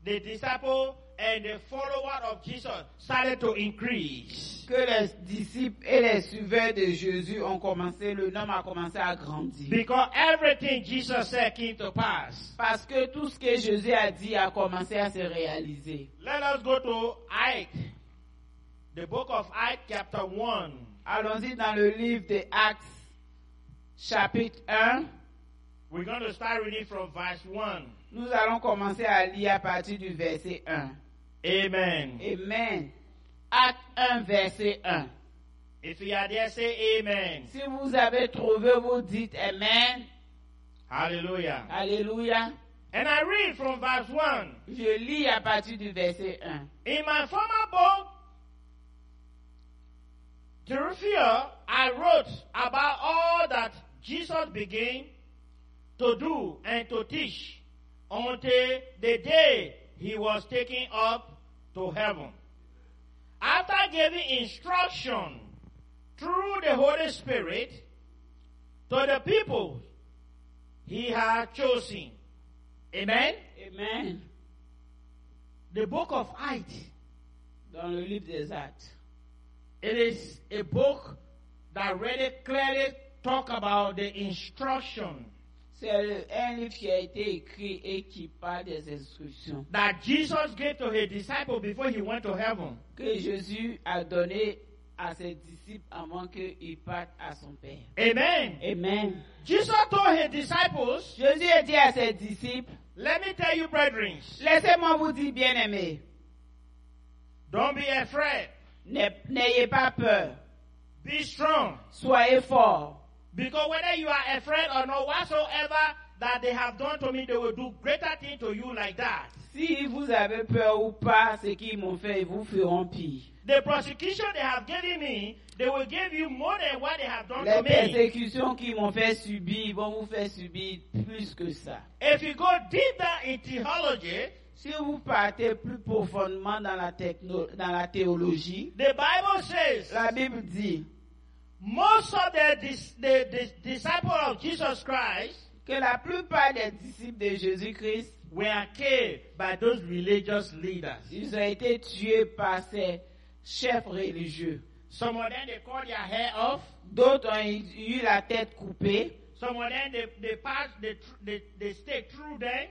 [SPEAKER 5] the disciple and the follower of Jesus started to increase.
[SPEAKER 7] que les disciples et les suiveurs de Jésus ont commencé, le nombre a commencé à grandir.
[SPEAKER 5] Because everything Jesus said came to pass.
[SPEAKER 7] Parce que tout ce que Jésus a dit a commencé à se réaliser.
[SPEAKER 5] Let us go to Ike, the book of Ike, chapter 1.
[SPEAKER 7] Allons-y dans le livre des Actes, chapitre 1.
[SPEAKER 5] We're going to start reading from verse 1.
[SPEAKER 7] Nous allons commencer à lire à partir du verset 1.
[SPEAKER 5] Amen.
[SPEAKER 7] Amen. Acte 1, verset 1.
[SPEAKER 5] If you are there, say amen.
[SPEAKER 7] Si vous avez trouvé, vous dites Amen.
[SPEAKER 5] Hallelujah.
[SPEAKER 7] Alléluia.
[SPEAKER 5] And I read from verse 1.
[SPEAKER 7] Je lis à partir du verset 1.
[SPEAKER 5] In my former book, Jerusalem, I wrote about all that Jesus began to do and to teach until the day he was taken up to heaven. After giving instruction through the Holy Spirit to the people he had chosen. Amen?
[SPEAKER 7] Amen.
[SPEAKER 5] The book of Acts
[SPEAKER 7] Dans le livre des Actes.
[SPEAKER 5] It is a book that really clearly talk about the instruction
[SPEAKER 7] C'est le- un livre qui a été écrit et qui parle des instructions
[SPEAKER 5] that Jesus gave to his disciples before he went to heaven.
[SPEAKER 7] que Jésus a donné à ses disciples avant qu'ils partent à son Père.
[SPEAKER 5] Amen.
[SPEAKER 7] Amen.
[SPEAKER 5] Jesus told his disciples,
[SPEAKER 7] Jésus a dit à ses disciples,
[SPEAKER 5] let me tell you, brethren,
[SPEAKER 7] laissez-moi vous dire, bien-aimés,
[SPEAKER 5] don't be afraid.
[SPEAKER 7] n'ay- n'ayez pas peur,
[SPEAKER 5] Be strong.
[SPEAKER 7] soyez forts.
[SPEAKER 5] Because whether you are afraid or not, whatsoever that they have done to me, they will do greater thing to you like that.
[SPEAKER 7] Si vous avez peur ou pas, ce qu'ils m'ont fait, ils vous feront pire.
[SPEAKER 5] The prosecution they have given me, they will give you more than what they have done
[SPEAKER 7] Les
[SPEAKER 5] to me.
[SPEAKER 7] persécutions qu'ils m'ont fait subir, ils vont vous faire subir plus que ça.
[SPEAKER 5] If you go deeper in theology,
[SPEAKER 7] Si vous partez plus profondément dans la, techno- dans la théologie,
[SPEAKER 5] the Bible says
[SPEAKER 7] la Bible dit
[SPEAKER 5] most of the, dis- the, the disciples of Jesus Christ
[SPEAKER 7] que la plupart des disciples de Jésus-Christ,
[SPEAKER 5] were killed by those religious leaders.
[SPEAKER 7] ils ont été tués par ces chefs religieux.
[SPEAKER 5] Some of them they cut their hair off.
[SPEAKER 7] D'autres ont eu la tête coupée,
[SPEAKER 5] Some of them they, they pass the, tr- the, the stake through them.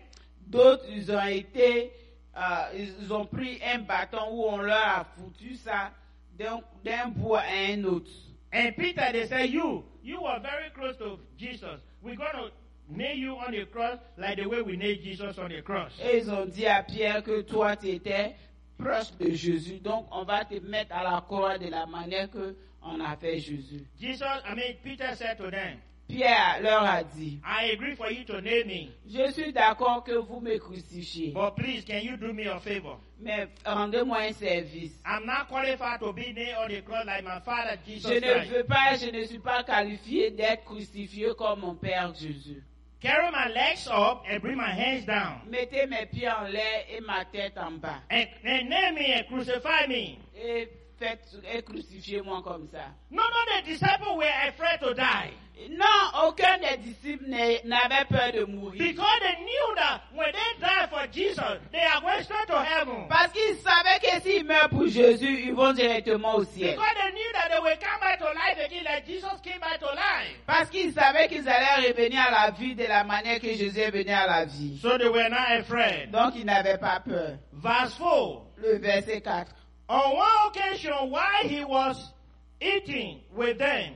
[SPEAKER 7] d'autres ils ont été, euh, ils ont pris un bâton où on leur a foutu ça d'un d'un bout à un autre.
[SPEAKER 5] And Peter, they said, You, you were very close to Jesus. We're going to nail you on the cross like the way we nailed Jesus on the cross.
[SPEAKER 7] Et ils ont dit à Pierre que toi, tu étais proche de Jésus. Donc, on va te mettre à la croix de la manière que on a fait Jésus.
[SPEAKER 5] Jesus, I mean, Peter said to them,
[SPEAKER 7] Pierre leur a dit,
[SPEAKER 5] I agree for you to nail me,
[SPEAKER 7] je suis d'accord que vous me crucifiez,
[SPEAKER 5] but please, can you do me a favor?
[SPEAKER 7] mais rendez-moi un service.
[SPEAKER 5] I'm not qualified to be nailed on the cross like my father
[SPEAKER 7] Je
[SPEAKER 5] Jesus
[SPEAKER 7] ne
[SPEAKER 5] Christ.
[SPEAKER 7] veux pas, je ne suis pas qualifié d'être crucifié comme mon Père Jésus.
[SPEAKER 5] Carry my legs up and bring my hands down.
[SPEAKER 7] Mettez mes pieds en l'air et ma tête en bas.
[SPEAKER 5] And, and nail me and crucify me.
[SPEAKER 7] Et, faites- et crucifiez-moi comme ça.
[SPEAKER 5] None of the disciples were afraid to die
[SPEAKER 7] Non, aucun des disciples n'a- n'avait peur de mourir.
[SPEAKER 5] because they knew that when they die for Jesus, they are going straight to heaven.
[SPEAKER 7] Parce qu'ils savaient que s'ils meurent pour Jésus, ils vont directement au ciel.
[SPEAKER 5] Because they knew that they will come back to life again like Jesus came back to life.
[SPEAKER 7] Parce qu'ils savaient qu'ils allaient revenir à la vie de la manière que Jésus est venu à la vie.
[SPEAKER 5] So they were not afraid.
[SPEAKER 7] Donc ils n'avaient pas peur.
[SPEAKER 5] Verse 4.
[SPEAKER 7] Le verset 4.
[SPEAKER 5] On one occasion, while he was eating with them,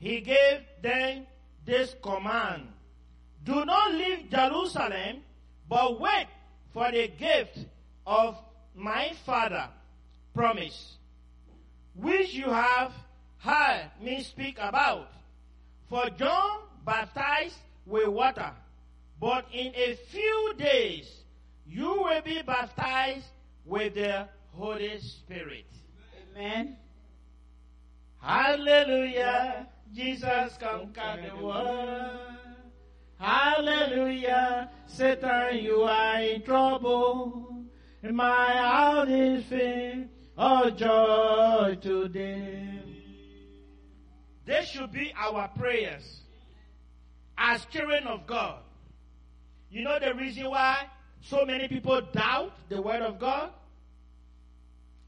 [SPEAKER 5] he gave them this command Do not leave Jerusalem, but wait for the gift of my Father, promise, which you have heard me speak about. For John baptized with water, but in a few days you will be baptized with the Holy Spirit.
[SPEAKER 7] Amen.
[SPEAKER 5] Hallelujah. Jesus conquered the world. Hallelujah. Satan, you are in trouble. My heart is filled of joy today. This should be our prayers as children of God. You know the reason why so many people doubt the word of God?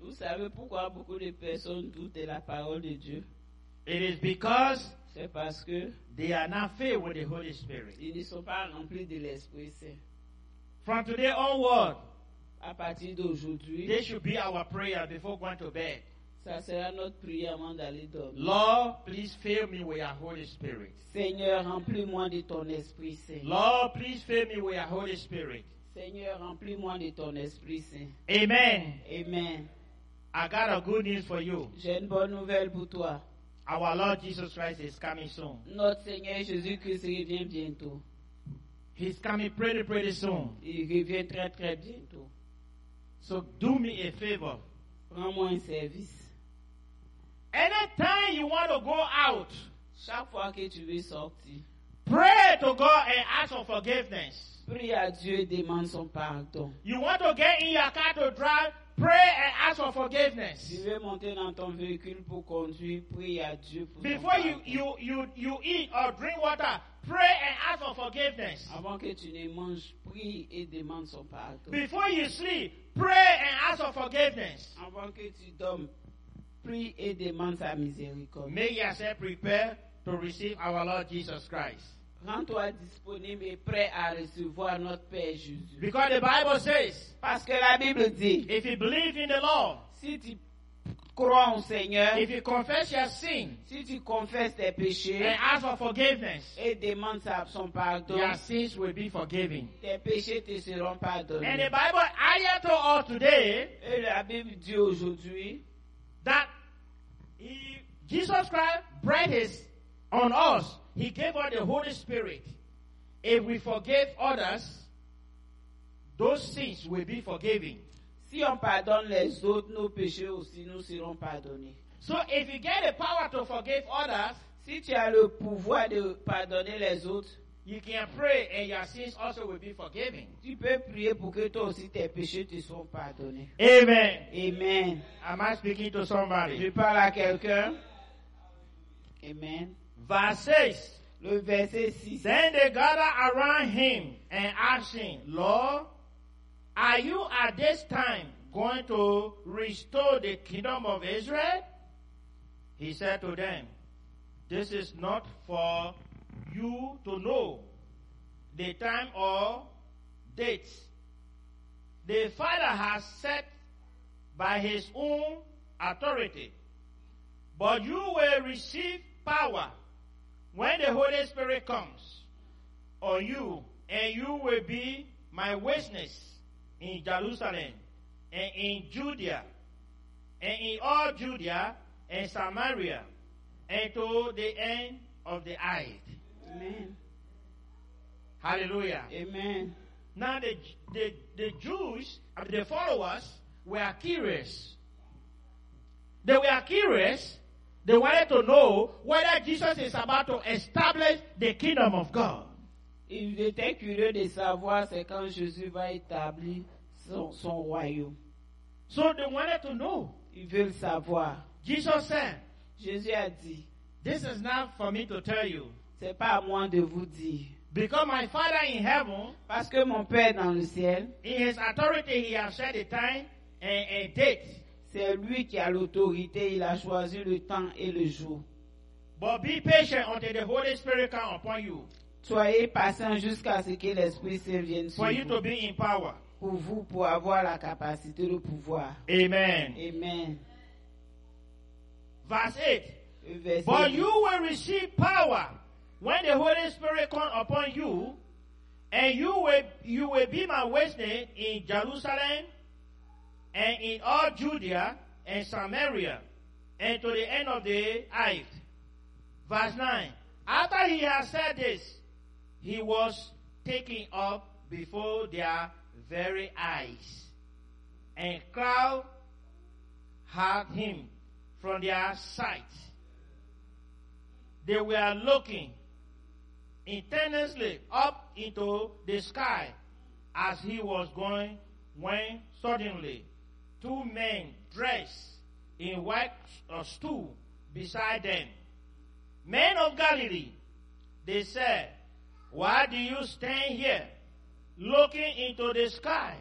[SPEAKER 7] Vous savez pourquoi beaucoup de personnes doutent de la parole de Dieu
[SPEAKER 5] It is because
[SPEAKER 7] C'est parce que
[SPEAKER 5] they are not filled with the Holy Spirit.
[SPEAKER 7] ils ne sont pas remplis de l'Esprit Saint.
[SPEAKER 5] From today onward,
[SPEAKER 7] À partir d'aujourd'hui,
[SPEAKER 5] this should be our prayer before going to bed.
[SPEAKER 7] ça sera notre prière avant d'aller dormir.
[SPEAKER 5] Lord, please fill me with your Holy Spirit.
[SPEAKER 7] Seigneur, remplis-moi de ton Esprit Saint.
[SPEAKER 5] Lord, please fill me with your Holy Spirit.
[SPEAKER 7] Seigneur, remplis-moi de ton Esprit Saint.
[SPEAKER 5] Amen.
[SPEAKER 7] Amen.
[SPEAKER 5] I got a good news for you.
[SPEAKER 7] J'ai une bonne nouvelle pour toi.
[SPEAKER 5] Our Lord Jesus Christ is coming soon.
[SPEAKER 7] Notre Seigneur Jésus-Christ revient bientôt.
[SPEAKER 5] He's coming pretty, pretty soon.
[SPEAKER 7] Il revient très très bientôt.
[SPEAKER 5] So do me a favor.
[SPEAKER 7] Rends-moi un service.
[SPEAKER 5] Anytime you want to go out,
[SPEAKER 7] Chaque fois que tu veux sortir,
[SPEAKER 5] pray to God and ask for forgiveness.
[SPEAKER 7] prie à Dieu et demande son pardon.
[SPEAKER 5] You want to get in your car to drive, pray and ask for forgiveness.
[SPEAKER 7] Tu veux monter dans ton véhicule pour conduire, prie à Dieu pour son
[SPEAKER 5] Before you,
[SPEAKER 7] pardon.
[SPEAKER 5] you, you, you eat or drink water, pray and ask for forgiveness.
[SPEAKER 7] Avant que tu ne manges, prie et demande son pardon.
[SPEAKER 5] Before you sleep, pray and ask for forgiveness.
[SPEAKER 7] Avant que tu dormes, prie et demande sa miséricorde.
[SPEAKER 5] Make yourself prepare to receive our Lord Jesus Christ.
[SPEAKER 7] Rends-toi disponible et prêt à recevoir notre Père Jésus.
[SPEAKER 5] Because the Bible says,
[SPEAKER 7] Parce que la Bible dit,
[SPEAKER 5] if you believe in the Lord,
[SPEAKER 7] si tu crois au Seigneur,
[SPEAKER 5] if you confess your sin
[SPEAKER 7] si tu confesses tes
[SPEAKER 5] and
[SPEAKER 7] péchés
[SPEAKER 5] ask for forgiveness,
[SPEAKER 7] et demandes sa- son pardon,
[SPEAKER 5] your sins will be forgiven.
[SPEAKER 7] tes péchés te seront
[SPEAKER 5] And
[SPEAKER 7] pardonnés.
[SPEAKER 5] the Bible higher to us today
[SPEAKER 7] Et la Bible dit aujourd'hui
[SPEAKER 5] that he, Jesus Christ bread is on us. He gave us the Holy Spirit. If we forgive others, those sins will be forgiven.
[SPEAKER 7] si on pardonne les autres, nos péchés aussi nous seront pardonnés.
[SPEAKER 5] So if you get the power to forgive others,
[SPEAKER 7] Si tu as le pouvoir de pardonner les autres,
[SPEAKER 5] you can pray and your sins also will be forgiven.
[SPEAKER 7] tu peux prier pour que toi aussi tes péchés te soient pardonnés.
[SPEAKER 5] Amen.
[SPEAKER 7] Amen.
[SPEAKER 5] Am I speaking to somebody?
[SPEAKER 7] Je parle à quelqu'un. Amen.
[SPEAKER 5] Verse 6.
[SPEAKER 7] Le verset 6.
[SPEAKER 5] Then they gathered around him and asked him, Lord, are you at this time going to restore the kingdom of Israel? He said to them, This is not for you to know the time or date. The Father has set by his own authority. But you will receive power when the Holy Spirit comes on you, and you will be my witness in Jerusalem and in Judea and in all Judea and Samaria and to the end of the earth.
[SPEAKER 7] Amen.
[SPEAKER 5] Hallelujah.
[SPEAKER 7] Amen.
[SPEAKER 5] Now the, the, the Jews, uh, the followers, were curious. They were curious. They wanted to know whether Jesus is about to establish the kingdom of God.
[SPEAKER 7] Ils étaient curieux de savoir c'est quand Jésus va établir son, son royaume.
[SPEAKER 5] So they wanted to know.
[SPEAKER 7] Ils veulent savoir.
[SPEAKER 5] Jesus said,
[SPEAKER 7] Jésus a dit,
[SPEAKER 5] This is not for me to tell you.
[SPEAKER 7] c'est pas à moi de vous dire.
[SPEAKER 5] Because my Father in heaven,
[SPEAKER 7] Parce que mon Père dans le ciel,
[SPEAKER 5] in his authority, he has set a time and a date.
[SPEAKER 7] c'est lui qui a l'autorité, il a choisi le temps et le jour.
[SPEAKER 5] But be patient until the Holy Spirit come upon you
[SPEAKER 7] Soyez patient jusqu'à ce que l'Esprit Saint vienne sur
[SPEAKER 5] for you to
[SPEAKER 7] vous,
[SPEAKER 5] be in power.
[SPEAKER 7] pour vous, pour avoir la capacité, le pouvoir.
[SPEAKER 5] Amen.
[SPEAKER 7] Amen.
[SPEAKER 5] Verse 8.
[SPEAKER 7] Le verset
[SPEAKER 5] But
[SPEAKER 7] huit.
[SPEAKER 5] you will receive power when the Holy Spirit comes upon you, and you will you will be my witness in Jerusalem and in all Judea and Samaria and to the end of the earth. Verse 9. After he had said this, he was taken up before their very eyes, and cloud had him from their sight they were looking intensely up into the sky as he was going when suddenly two men dressed in white uh, stood beside them. Men of Galilee, they said, why do you stand here looking into the sky?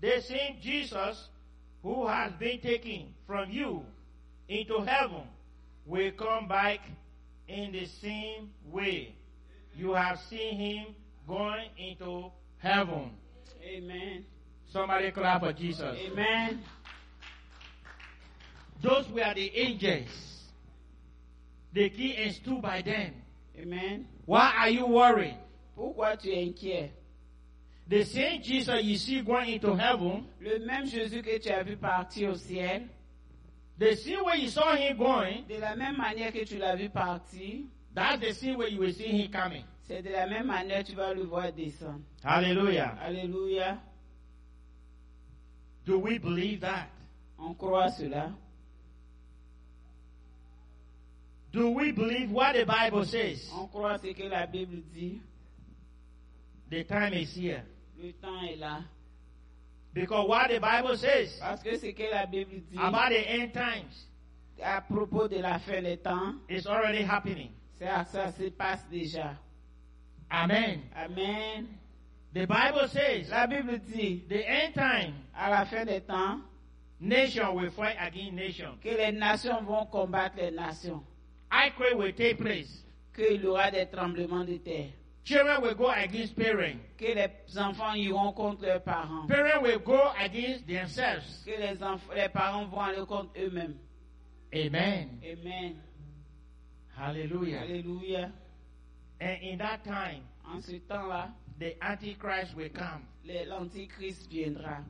[SPEAKER 5] They seen Jesus who has been taken from you into heaven will come back in the same way you have seen him going into heaven.
[SPEAKER 7] Amen.
[SPEAKER 5] Somebody clap for Jesus.
[SPEAKER 7] Amen.
[SPEAKER 5] Those were the angels. The king is stood by them.
[SPEAKER 7] Amen.
[SPEAKER 5] Why are you worried?
[SPEAKER 7] Pourquoi tu es inquiet?
[SPEAKER 5] The same Jesus you see going into heaven,
[SPEAKER 7] Le même Jésus que tu as vu partir au ciel,
[SPEAKER 5] the same way you saw him going,
[SPEAKER 7] de la même manière que tu l'as vu partir,
[SPEAKER 5] that's the same way you will see him coming.
[SPEAKER 7] c'est de la même manière que tu vas le voir descendre.
[SPEAKER 5] Hallelujah.
[SPEAKER 7] Alléluia.
[SPEAKER 5] Do we believe that?
[SPEAKER 7] On croit cela.
[SPEAKER 5] Do we believe what the Bible says?
[SPEAKER 7] On croit ce que la Bible dit.
[SPEAKER 5] The time is here.
[SPEAKER 7] Le temps est là.
[SPEAKER 5] Because what the Bible says
[SPEAKER 7] Parce que ce que la Bible dit
[SPEAKER 5] about the end times
[SPEAKER 7] à propos de la fin des temps,
[SPEAKER 5] It's already happening.
[SPEAKER 7] ça, ça se passe déjà.
[SPEAKER 5] Amen.
[SPEAKER 7] Amen.
[SPEAKER 5] The Bible says
[SPEAKER 7] La Bible dit,
[SPEAKER 5] the end time
[SPEAKER 7] à la fin des temps,
[SPEAKER 5] nation will fight against nation.
[SPEAKER 7] que les nations vont combattre les nations,
[SPEAKER 5] Earthquake will take place.
[SPEAKER 7] qu'il y aura des tremblements de terre,
[SPEAKER 5] Children will go against parents.
[SPEAKER 7] que les enfants iront contre leurs parents,
[SPEAKER 5] Parents will go against themselves.
[SPEAKER 7] que les, enf- les parents vont aller contre eux-mêmes.
[SPEAKER 5] Amen.
[SPEAKER 7] Amen.
[SPEAKER 5] Hallelujah.
[SPEAKER 7] Alléluia.
[SPEAKER 5] And in that time,
[SPEAKER 7] En ce temps-là,
[SPEAKER 5] the Antichrist will come,
[SPEAKER 7] les- l'Antichrist viendra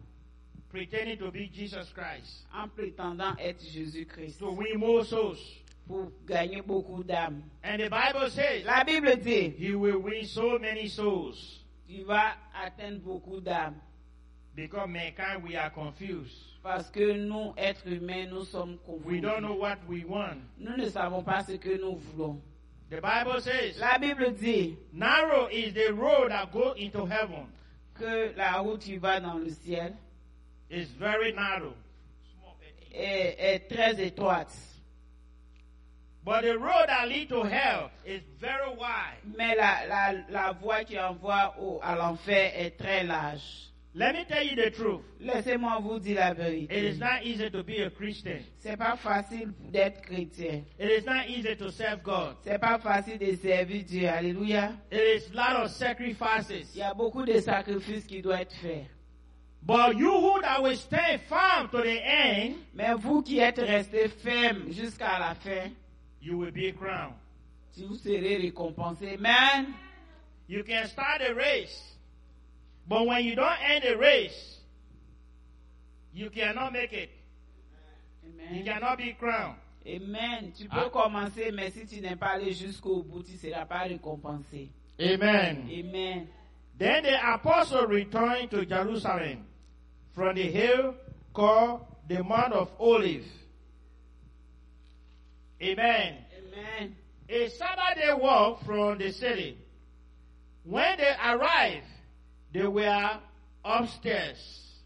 [SPEAKER 5] pretending to be Jesus Christ,
[SPEAKER 7] en prétendant être Jésus-Christ
[SPEAKER 5] to win more souls.
[SPEAKER 7] pour gagner beaucoup d'âmes.
[SPEAKER 5] And the Bible says
[SPEAKER 7] La Bible dit,
[SPEAKER 5] he will win so many souls
[SPEAKER 7] il va atteindre beaucoup d'âmes
[SPEAKER 5] because mankind we are confused.
[SPEAKER 7] parce que nous, êtres humains, nous sommes
[SPEAKER 5] We
[SPEAKER 7] confondus.
[SPEAKER 5] don't know what we want.
[SPEAKER 7] Nous ne savons pas ce que nous voulons.
[SPEAKER 5] The Bible says,
[SPEAKER 7] La Bible dit
[SPEAKER 5] narrow is the road that goes into heaven.
[SPEAKER 7] que la route qui va dans le ciel
[SPEAKER 5] It's very narrow.
[SPEAKER 7] est, est très étroite,
[SPEAKER 5] But the road that leads to hell is very wide.
[SPEAKER 7] mais la, la, la voie qui envoie au, à l'enfer est très large.
[SPEAKER 5] Let me tell you the truth.
[SPEAKER 7] Laissez-moi vous dire la
[SPEAKER 5] It
[SPEAKER 7] vérité.
[SPEAKER 5] is not easy to be a Christian.
[SPEAKER 7] C'est pas facile d'être chrétien.
[SPEAKER 5] It is not easy to serve God.
[SPEAKER 7] C'est pas facile de servir Dieu. Alléluia.
[SPEAKER 5] It is a lot of sacrifices.
[SPEAKER 7] Il y a beaucoup de sacrifices qui doivent être faits.
[SPEAKER 5] But you who that will stay firm to the end,
[SPEAKER 7] Mais vous qui êtes restés fermes jusqu'à la fin,
[SPEAKER 5] you will be crowned.
[SPEAKER 7] si vous serez récompensés. Amen.
[SPEAKER 5] You can start a race, but when you don't end the race, you cannot make it. You
[SPEAKER 7] Amen.
[SPEAKER 5] cannot be crowned.
[SPEAKER 7] Amen. Tu peux
[SPEAKER 5] Ah.
[SPEAKER 7] commencer, mais si tu n'es pas allé jusqu'au bout, tu ne seras pas récompensé.
[SPEAKER 5] Amen.
[SPEAKER 7] Amen.
[SPEAKER 5] Then the apostle returned to Jerusalem from the hill called the Mount of Olives. Amen.
[SPEAKER 7] Amen.
[SPEAKER 5] A Sabbath day walk from the city. When they arrived, they were upstairs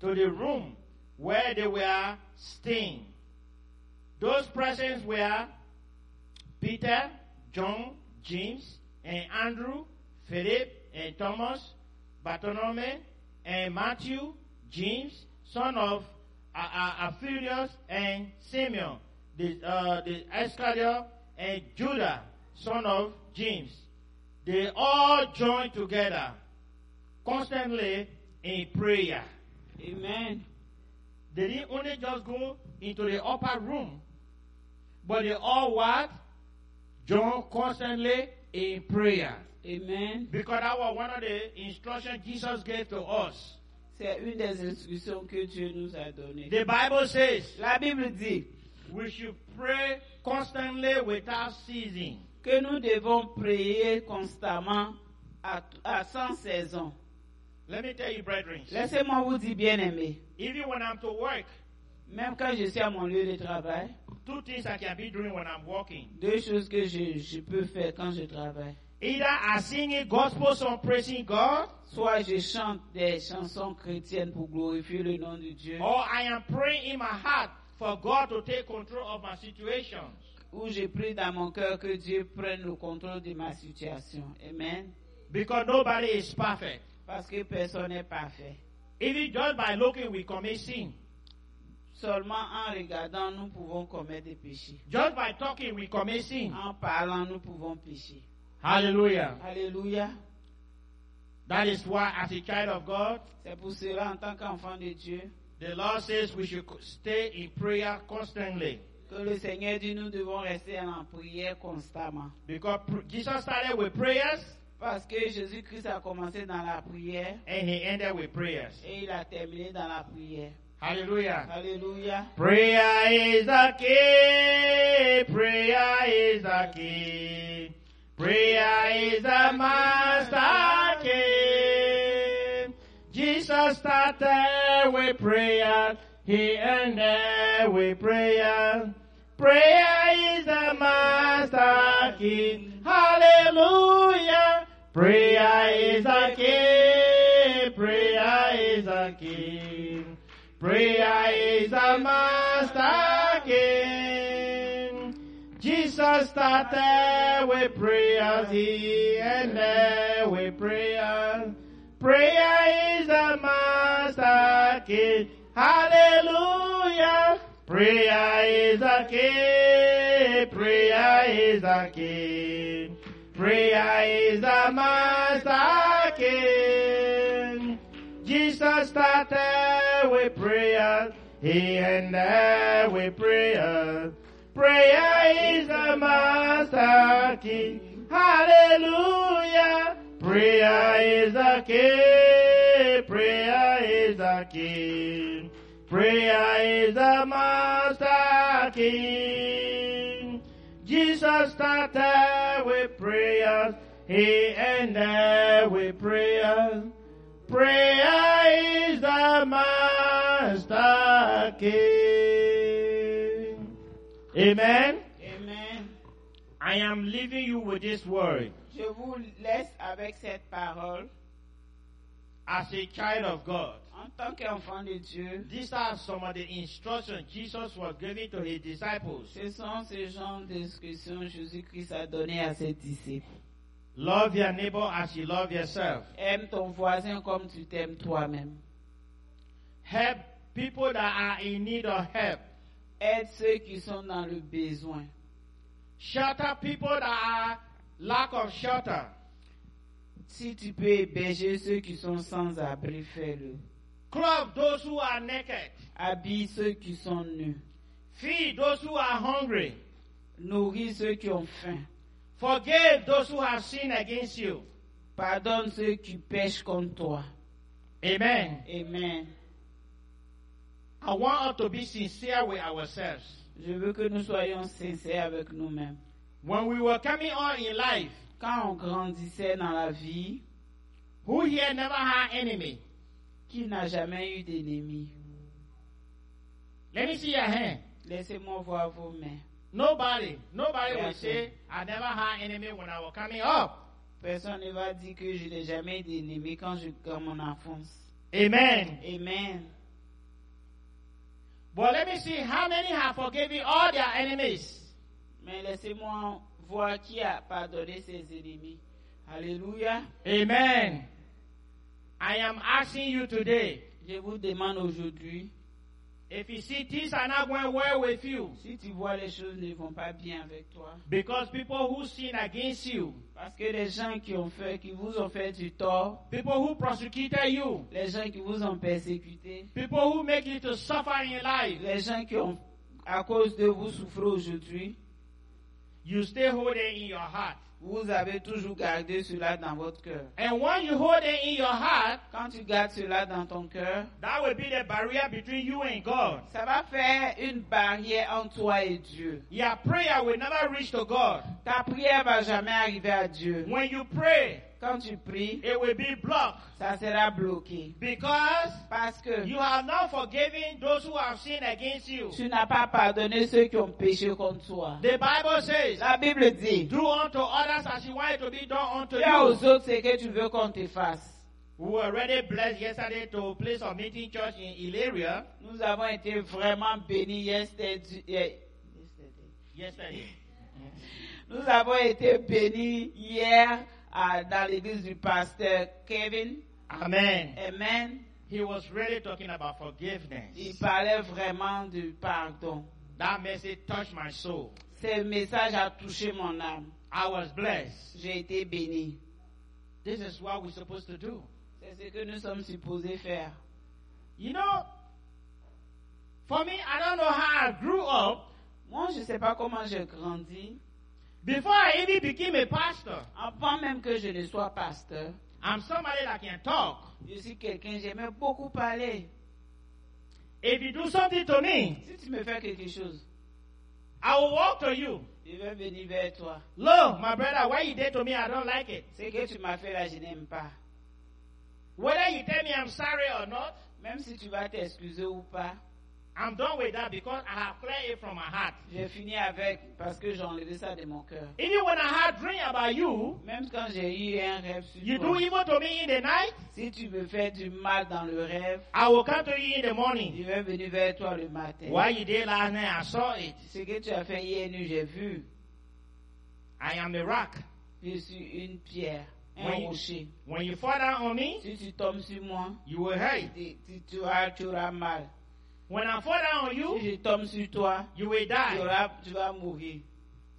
[SPEAKER 5] to the room where they were staying. Those presents were Peter, John, James, and Andrew, Philip, and Thomas, Bartholomew, and Matthew, James, son of A- A- Alphaeus, and Simeon, the, uh, the Iscariot, and Judah, son of James. They all joined together constantly in prayer.
[SPEAKER 7] Amen.
[SPEAKER 5] They didn't only just go into the upper room, but they all what? Joined constantly in prayer.
[SPEAKER 7] Amen.
[SPEAKER 5] Because that was one of the instructions Jesus gave to us.
[SPEAKER 7] C'est une des instructions que Dieu nous a données.
[SPEAKER 5] The Bible says
[SPEAKER 7] La Bible dit
[SPEAKER 5] we should pray constantly without ceasing.
[SPEAKER 7] que nous devons prier constamment à, à 100 saisons.
[SPEAKER 5] Let me tell you, brethren,
[SPEAKER 7] Laissez-moi vous dire, bien-aimés,
[SPEAKER 5] even when I'm to work,
[SPEAKER 7] même quand je suis à mon lieu de travail,
[SPEAKER 5] two things I can be doing when I'm working.
[SPEAKER 7] deux choses que je, je peux faire quand je travaille.
[SPEAKER 5] Either I sing a gospel song praising God,
[SPEAKER 7] Soit je chante des chansons chrétiennes pour glorifier le nom de Dieu,
[SPEAKER 5] or I am praying in my heart for God to take control of my situations.
[SPEAKER 7] ou je prie dans mon cœur que Dieu prenne le contrôle de ma situation. Amen.
[SPEAKER 5] Because nobody is perfect.
[SPEAKER 7] Parce que personne n'est parfait.
[SPEAKER 5] Even just by looking, we commit sin.
[SPEAKER 7] Seulement en regardant, nous pouvons commettre des péchés.
[SPEAKER 5] Just by talking, we commit sin.
[SPEAKER 7] En parlant, nous pouvons pécher.
[SPEAKER 5] Hallelujah.
[SPEAKER 7] Alléluia.
[SPEAKER 5] That is why, as a child of God,
[SPEAKER 7] C'est pour cela, en tant qu'enfant de Dieu,
[SPEAKER 5] the Lord says we should stay in prayer constantly.
[SPEAKER 7] que le Seigneur dit nous devons rester en prière constamment.
[SPEAKER 5] Because pr- Jesus started with prayers
[SPEAKER 7] Parce que Jésus-Christ a commencé dans la prière
[SPEAKER 5] and he ended with prayers.
[SPEAKER 7] et il a terminé dans la prière.
[SPEAKER 5] Hallelujah.
[SPEAKER 7] Alléluia.
[SPEAKER 5] Prayer is the key. Prayer is the key. Prayer is the master key. Jesus started with prayer. He ended with prayer. Prayer is the master key. Hallelujah. Prayer is the key. Prayer is the key. Prayer is the master king. Jesus started with prayers, he ended with prayers. Prayer is the master king. Hallelujah. Prayer is the king. Prayer is the king. Prayer is the master king. Jesus started with prayer. He ended with prayer. Prayer is the master key. Hallelujah. Prayer is the key. Prayer is the key. Prayer is the master key. Jesus started with prayer. He ended with prayer. Prayer is the master key. Amen.
[SPEAKER 7] Amen.
[SPEAKER 5] I am leaving you with this word.
[SPEAKER 7] Je vous laisse avec cette parole.
[SPEAKER 5] As a child of God,
[SPEAKER 7] En tant qu'enfant de Dieu,
[SPEAKER 5] these are some of the instructions Jesus was giving to his disciples.
[SPEAKER 7] ce sont ce genre d'instructions que Jésus-Christ a donné à ses disciples.
[SPEAKER 5] Love your neighbor as you love yourself.
[SPEAKER 7] Aime ton voisin comme tu t'aimes toi-même.
[SPEAKER 5] Help people that are in need of help.
[SPEAKER 7] Aide ceux qui sont dans le besoin.
[SPEAKER 5] Shelter people that are lack of shelter.
[SPEAKER 7] Si tu peux héberger ceux qui sont sans abri, fais-le.
[SPEAKER 5] Clothe those who are naked.
[SPEAKER 7] Habille ceux qui sont nus.
[SPEAKER 5] Feed those who are hungry.
[SPEAKER 7] Nourris ceux qui ont faim.
[SPEAKER 5] Forgive those who have sinned against you.
[SPEAKER 7] Pardonne ceux qui pêchent contre toi.
[SPEAKER 5] Amen.
[SPEAKER 7] Amen.
[SPEAKER 5] I want us to be sincere with ourselves.
[SPEAKER 7] Je veux que nous soyons sincères avec nous-mêmes.
[SPEAKER 5] When we were coming on in life,
[SPEAKER 7] Quand on grandissait dans la vie,
[SPEAKER 5] who here never had enemy?
[SPEAKER 7] qui n'a jamais eu d'ennemi
[SPEAKER 5] Let me see your hand.
[SPEAKER 7] Laissez-moi voir vos mains.
[SPEAKER 5] Nobody, nobody will
[SPEAKER 7] Yes, sir.
[SPEAKER 5] say, I never had enemy when I was coming up.
[SPEAKER 7] Personne ne va dire que je n'ai jamais eu d'ennemi quand je dans mon enfance.
[SPEAKER 5] Amen.
[SPEAKER 7] Amen.
[SPEAKER 5] But let me see how many have forgiven all their enemies.
[SPEAKER 7] Mais laissez-moi voir qui a pardonné ses ennemis. Alléluia.
[SPEAKER 5] Amen. I am asking you today,
[SPEAKER 7] Je vous demande aujourd'hui,
[SPEAKER 5] if you see things are not going well with you,
[SPEAKER 7] si tu vois les choses ne vont pas bien avec toi,
[SPEAKER 5] because people who sin against you,
[SPEAKER 7] parce que les gens qui ont fait, qui vous ont fait du tort,
[SPEAKER 5] people who prosecuted you,
[SPEAKER 7] les gens qui vous ont persécuté,
[SPEAKER 5] people who make you to suffer in life,
[SPEAKER 7] les gens qui ont, à cause de vous, souffrez aujourd'hui,
[SPEAKER 5] you stay holding in your heart.
[SPEAKER 7] vous avez toujours gardé cela dans votre cœur.
[SPEAKER 5] And when you hold it in your heart,
[SPEAKER 7] Quand tu gardes cela dans ton cœur,
[SPEAKER 5] that will be the barrier between you and God.
[SPEAKER 7] ça va faire une barrière entre toi et Dieu.
[SPEAKER 5] Your prayer will never reach to God.
[SPEAKER 7] Ta prière va jamais arriver à Dieu.
[SPEAKER 5] When you pray,
[SPEAKER 7] Quand tu pries,
[SPEAKER 5] it will be blocked
[SPEAKER 7] ça sera bloqué.
[SPEAKER 5] because
[SPEAKER 7] Parce que
[SPEAKER 5] you have not forgiven those who have sinned against you.
[SPEAKER 7] tu n'as pas pardonné ceux qui ont péché contre toi.
[SPEAKER 5] The Bible says,
[SPEAKER 7] La Bible dit,
[SPEAKER 5] Do unto others as you want it to be done unto
[SPEAKER 7] fais aux
[SPEAKER 5] you.
[SPEAKER 7] autres ce que tu veux qu'on te fasse.
[SPEAKER 5] We were already blessed yesterday to place of meeting church in Illyria.
[SPEAKER 7] Nous avons été vraiment bénis yesterday. eh, yesterday.
[SPEAKER 5] Yesterday.
[SPEAKER 7] Nous avons été bénis hier à- dans l'église du pasteur Kevin.
[SPEAKER 5] Amen.
[SPEAKER 7] Amen.
[SPEAKER 5] He was really talking about forgiveness.
[SPEAKER 7] Il parlait vraiment du pardon.
[SPEAKER 5] That message touched my soul.
[SPEAKER 7] Ce message a touché mon âme.
[SPEAKER 5] I was blessed.
[SPEAKER 7] J'ai été béni.
[SPEAKER 5] This is what we're supposed to do.
[SPEAKER 7] C'est ce que nous sommes supposés faire.
[SPEAKER 5] You know, for me, I don't know how I grew up
[SPEAKER 7] Moi, je ne sais pas comment j'ai grandi.
[SPEAKER 5] before I even became a pastor.
[SPEAKER 7] Avant même que je ne sois pasteur,
[SPEAKER 5] I'm somebody that can talk.
[SPEAKER 7] je suis quelqu'un, j'aimais beaucoup parler.
[SPEAKER 5] If you do something to me,
[SPEAKER 7] Si tu me fais quelque chose,
[SPEAKER 5] I will walk to you.
[SPEAKER 7] je vais venir vers toi.
[SPEAKER 5] Look, my brother, what you did to me, I don't like it.
[SPEAKER 7] Ce que tu m'as fait là, je n'aime pas.
[SPEAKER 5] Whether you tell me I'm sorry or not,
[SPEAKER 7] Même si tu vas t'excuser ou pas,
[SPEAKER 5] I'm done with that because I have cleared it from my heart.
[SPEAKER 7] j'ai fini avec parce que j'ai enlevé ça de mon cœur.
[SPEAKER 5] Even when I had dream about you,
[SPEAKER 7] Même quand j'ai eu un rêve sur
[SPEAKER 5] you
[SPEAKER 7] toi,
[SPEAKER 5] do evil to me in the night,
[SPEAKER 7] si tu me fais du mal dans le rêve,
[SPEAKER 5] I will come to you in the morning.
[SPEAKER 7] je vais venir vers toi le matin.
[SPEAKER 5] What you did last night, I saw it.
[SPEAKER 7] Ce que tu as fait hier nuit, j'ai vu.
[SPEAKER 5] I am the rock.
[SPEAKER 7] Je suis une pierre, un
[SPEAKER 5] When you-
[SPEAKER 7] rocher.
[SPEAKER 5] When you fall down on me,
[SPEAKER 7] Si tu tombes sur moi,
[SPEAKER 5] you will hurt.
[SPEAKER 7] tu, tu- tu auras, tu auras mal.
[SPEAKER 5] When I fall down on
[SPEAKER 7] Si
[SPEAKER 5] you,
[SPEAKER 7] je tombe sur toi,
[SPEAKER 5] you will
[SPEAKER 7] tu,
[SPEAKER 5] die.
[SPEAKER 7] auras- tu vas mourir.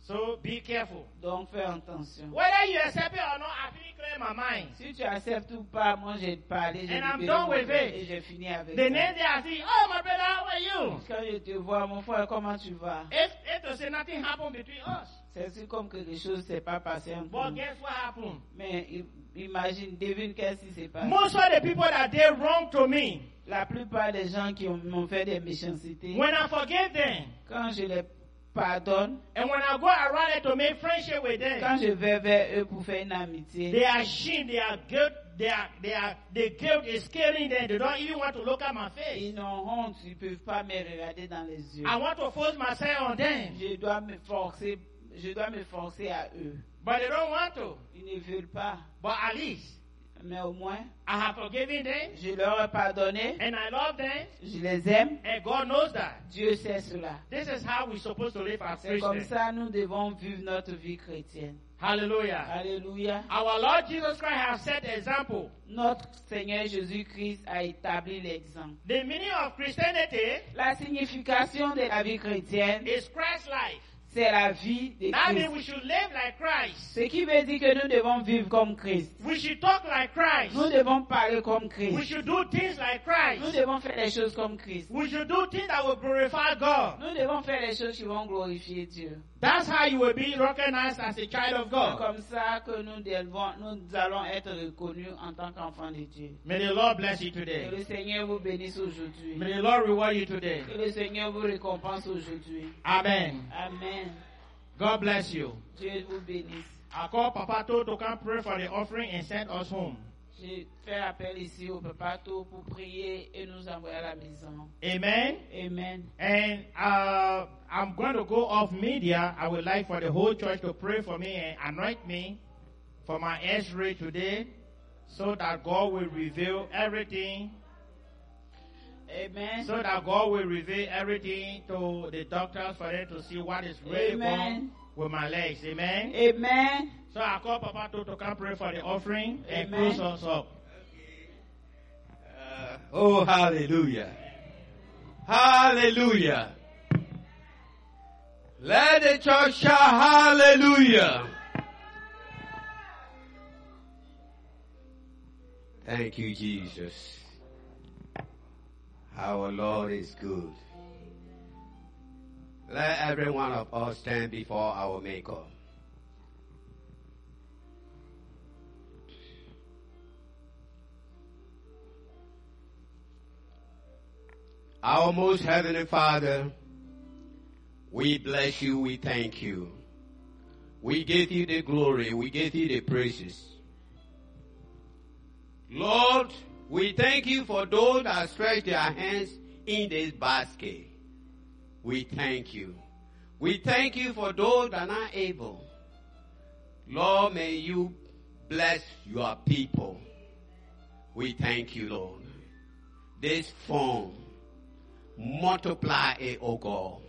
[SPEAKER 5] So be careful.
[SPEAKER 7] Donc fais attention.
[SPEAKER 5] Whether you accept it or not, I feel clear in my mind.
[SPEAKER 7] Si tu acceptes ou pas, moi j'ai parlé, j'ai
[SPEAKER 5] And I'm
[SPEAKER 7] libéré
[SPEAKER 5] done
[SPEAKER 7] mon
[SPEAKER 5] with
[SPEAKER 7] cœur
[SPEAKER 5] it.
[SPEAKER 7] et j'ai fini avec
[SPEAKER 5] The
[SPEAKER 7] ça.
[SPEAKER 5] next day I see, oh my brother, how are you?
[SPEAKER 7] Quand je te vois, mon frère, comment tu vas
[SPEAKER 5] If if to say nothing happened between us,
[SPEAKER 7] C'est si comme que les choses ne s'est pas passé un
[SPEAKER 5] but
[SPEAKER 7] coup.
[SPEAKER 5] guess what happened?
[SPEAKER 7] Mais i- imagine, devine qu'est-ce qui s'est passé.
[SPEAKER 5] Most of the people that did wrong to me,
[SPEAKER 7] La plupart des gens qui ont- m'ont fait des méchancetés,
[SPEAKER 5] when I forgive them,
[SPEAKER 7] quand je les pardonne,
[SPEAKER 5] and when I go around it to make friendship with them,
[SPEAKER 7] quand je vais vers eux pour faire une
[SPEAKER 5] they
[SPEAKER 7] amitié,
[SPEAKER 5] are ashamed, they are guilt, they are they are the guilt is killing them. They don't even want to look at my face.
[SPEAKER 7] ils n'ont honte, ils ne peuvent pas me regarder dans les yeux.
[SPEAKER 5] I want to force myself on them,
[SPEAKER 7] Je dois me forcer, je dois me forcer à eux.
[SPEAKER 5] but they don't want to.
[SPEAKER 7] Ils ne veulent pas,
[SPEAKER 5] But at least
[SPEAKER 7] mais au moins,
[SPEAKER 5] I have forgiven them
[SPEAKER 7] je leur ai pardonné,
[SPEAKER 5] and I love them,
[SPEAKER 7] je les aime,
[SPEAKER 5] and God knows that.
[SPEAKER 7] Dieu sait cela.
[SPEAKER 5] This is how we're supposed to live as
[SPEAKER 7] C'est comme
[SPEAKER 5] Christians.
[SPEAKER 7] ça nous devons vivre notre vie chrétienne.
[SPEAKER 5] Hallelujah.
[SPEAKER 7] Alléluia.
[SPEAKER 5] Our Lord Jesus Christ has set the example.
[SPEAKER 7] Notre Seigneur Jésus-Christ a établi l'exemple.
[SPEAKER 5] The meaning of Christianity
[SPEAKER 7] La signification de la vie chrétienne,
[SPEAKER 5] is Christ's life.
[SPEAKER 7] C'est la vie de
[SPEAKER 5] That means
[SPEAKER 7] Christ.
[SPEAKER 5] we should live like Christ.
[SPEAKER 7] Ce qui veut dire que nous devons vivre comme Christ.
[SPEAKER 5] We should talk like Christ.
[SPEAKER 7] Nous devons parler comme
[SPEAKER 5] We
[SPEAKER 7] Christ.
[SPEAKER 5] should do things like
[SPEAKER 7] Nous
[SPEAKER 5] Christ.
[SPEAKER 7] devons faire les choses comme Christ.
[SPEAKER 5] We should do things that will glorify God.
[SPEAKER 7] Nous devons faire les choses qui vont glorifier Dieu.
[SPEAKER 5] That's how you will be recognized as a child of
[SPEAKER 7] C'est
[SPEAKER 5] God.
[SPEAKER 7] comme ça que nous, devons, nous allons être reconnus en tant qu'enfants de Dieu.
[SPEAKER 5] May the Lord bless you
[SPEAKER 7] Que le
[SPEAKER 5] today.
[SPEAKER 7] Seigneur vous bénisse aujourd'hui.
[SPEAKER 5] May the Lord reward you today.
[SPEAKER 7] Que le Seigneur vous récompense aujourd'hui.
[SPEAKER 5] Amen.
[SPEAKER 7] Amen.
[SPEAKER 5] God bless you.
[SPEAKER 7] Dieu vous bénisse.
[SPEAKER 5] I call Papa To to come pray for the offering and send us home.
[SPEAKER 7] Je fais appel ici au Papa Tout pour prier et nous envoyer à la maison.
[SPEAKER 5] Amen.
[SPEAKER 7] Amen.
[SPEAKER 5] And uh, I'm going to go off media. I would like for the whole church to pray for me and anoint me for my X-ray today, so that God will reveal everything.
[SPEAKER 7] Amen.
[SPEAKER 5] So that God will reveal everything to the doctors for them to see what is really
[SPEAKER 7] Amen.
[SPEAKER 5] wrong with my legs. Amen.
[SPEAKER 7] Amen.
[SPEAKER 5] So I call Papa To to come pray for the offering and
[SPEAKER 7] Amen.
[SPEAKER 5] close us up.
[SPEAKER 2] Uh, oh, hallelujah. Hallelujah. Let the church shout hallelujah. Thank you, Jesus. Our Lord is good. Let every one of us stand before our Maker. Our most heavenly Father, we bless you, we thank you. We give you the glory, we give you the praises. Lord, we thank you for those that stretch their hands in this basket. We thank you. We thank you for those that are not able. Lord, may you bless your people. We thank you, Lord. This form multiply it, O God,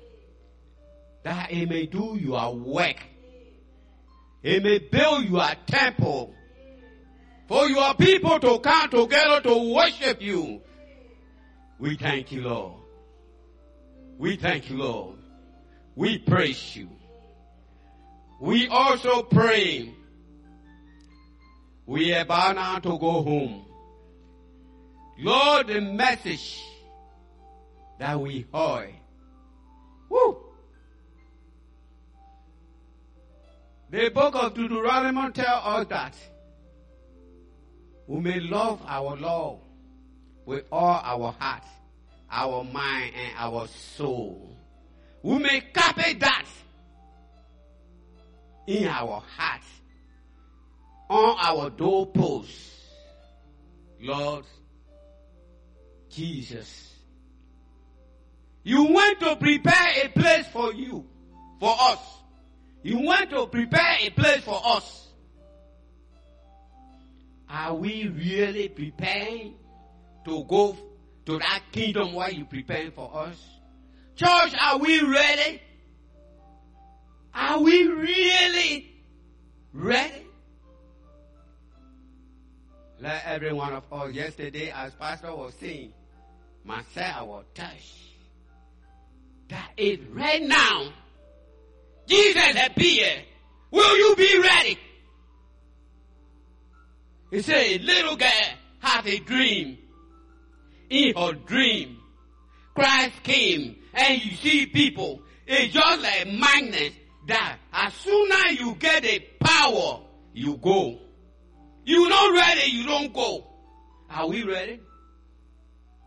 [SPEAKER 2] that it may do your work. It may build your temple for your people to come together to worship you. We thank you, Lord. We thank you, Lord. We praise you. We also pray. We are about now to go home. Lord, the message that we heard. Woo! The book of Deuteronomy tells us that we may love our Lord with all our heart, our mind, and our soul. We may copy that in our heart, on our doorposts. Lord Jesus. You want to prepare a place for you, for us. You want to prepare a place for us. Are we really preparing to go to that kingdom where you preparing for us? Church, are we ready? Are we really ready? Let every one of us yesterday, as Pastor was saying, must say our touch that is right now. Jesus appeared. Will you be ready? He said, a little girl had a dream. In her dream, Christ came and you see people. It's just like magnets that as soon as you get the power, you go. You not ready, you don't go. Are we ready?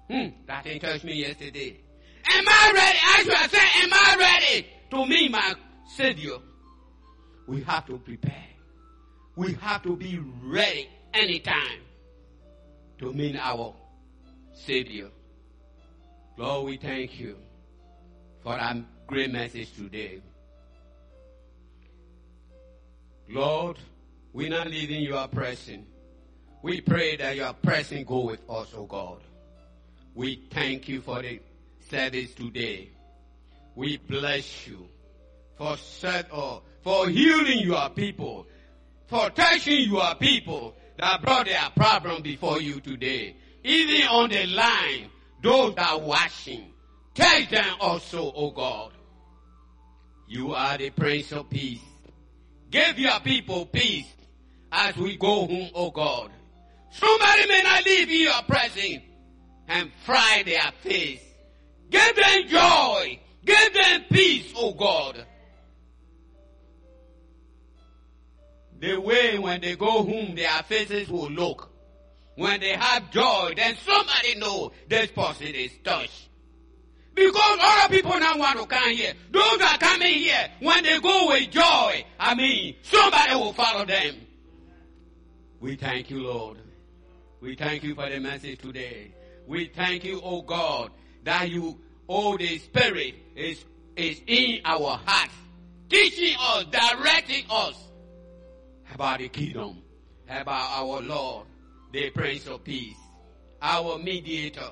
[SPEAKER 2] Hmm, that didn't touch me yesterday. Am I ready? As I say, am I ready to meet my Savior? We have to prepare. We have to be ready anytime to meet our Savior. Lord, we thank you for that great message today. Lord, we're not leaving your presence. We pray that your presence go with us, O God. We thank you for the service today. We bless you for set or for healing your people, for touching your people that brought their problem before you today. Even on the line, those that are watching, touch them also, O God. You are the Prince of Peace. Give your people peace as we go home, O God. Somebody may not leave you your presence and fry their face. Give them joy. Give them peace, O God. The way when they go home, their faces will look. When they have joy, then somebody know this person is touched. Because other people now want to come here. Those that come in here, when they go with joy, I mean, somebody will follow them. We thank you, Lord. We thank you for the message today. We thank you, O God, that you, O the Spirit, is, is in our hearts, teaching us, directing us about the kingdom, about our Lord, the Prince of Peace, our mediator.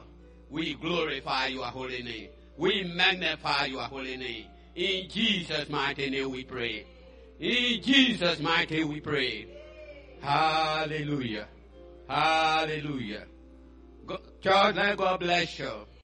[SPEAKER 2] We glorify your holy name. We magnify your holy name. In Jesus' mighty name we pray. In Jesus' mighty name we pray. Hallelujah. Hallelujah. Go- Church, let God bless you.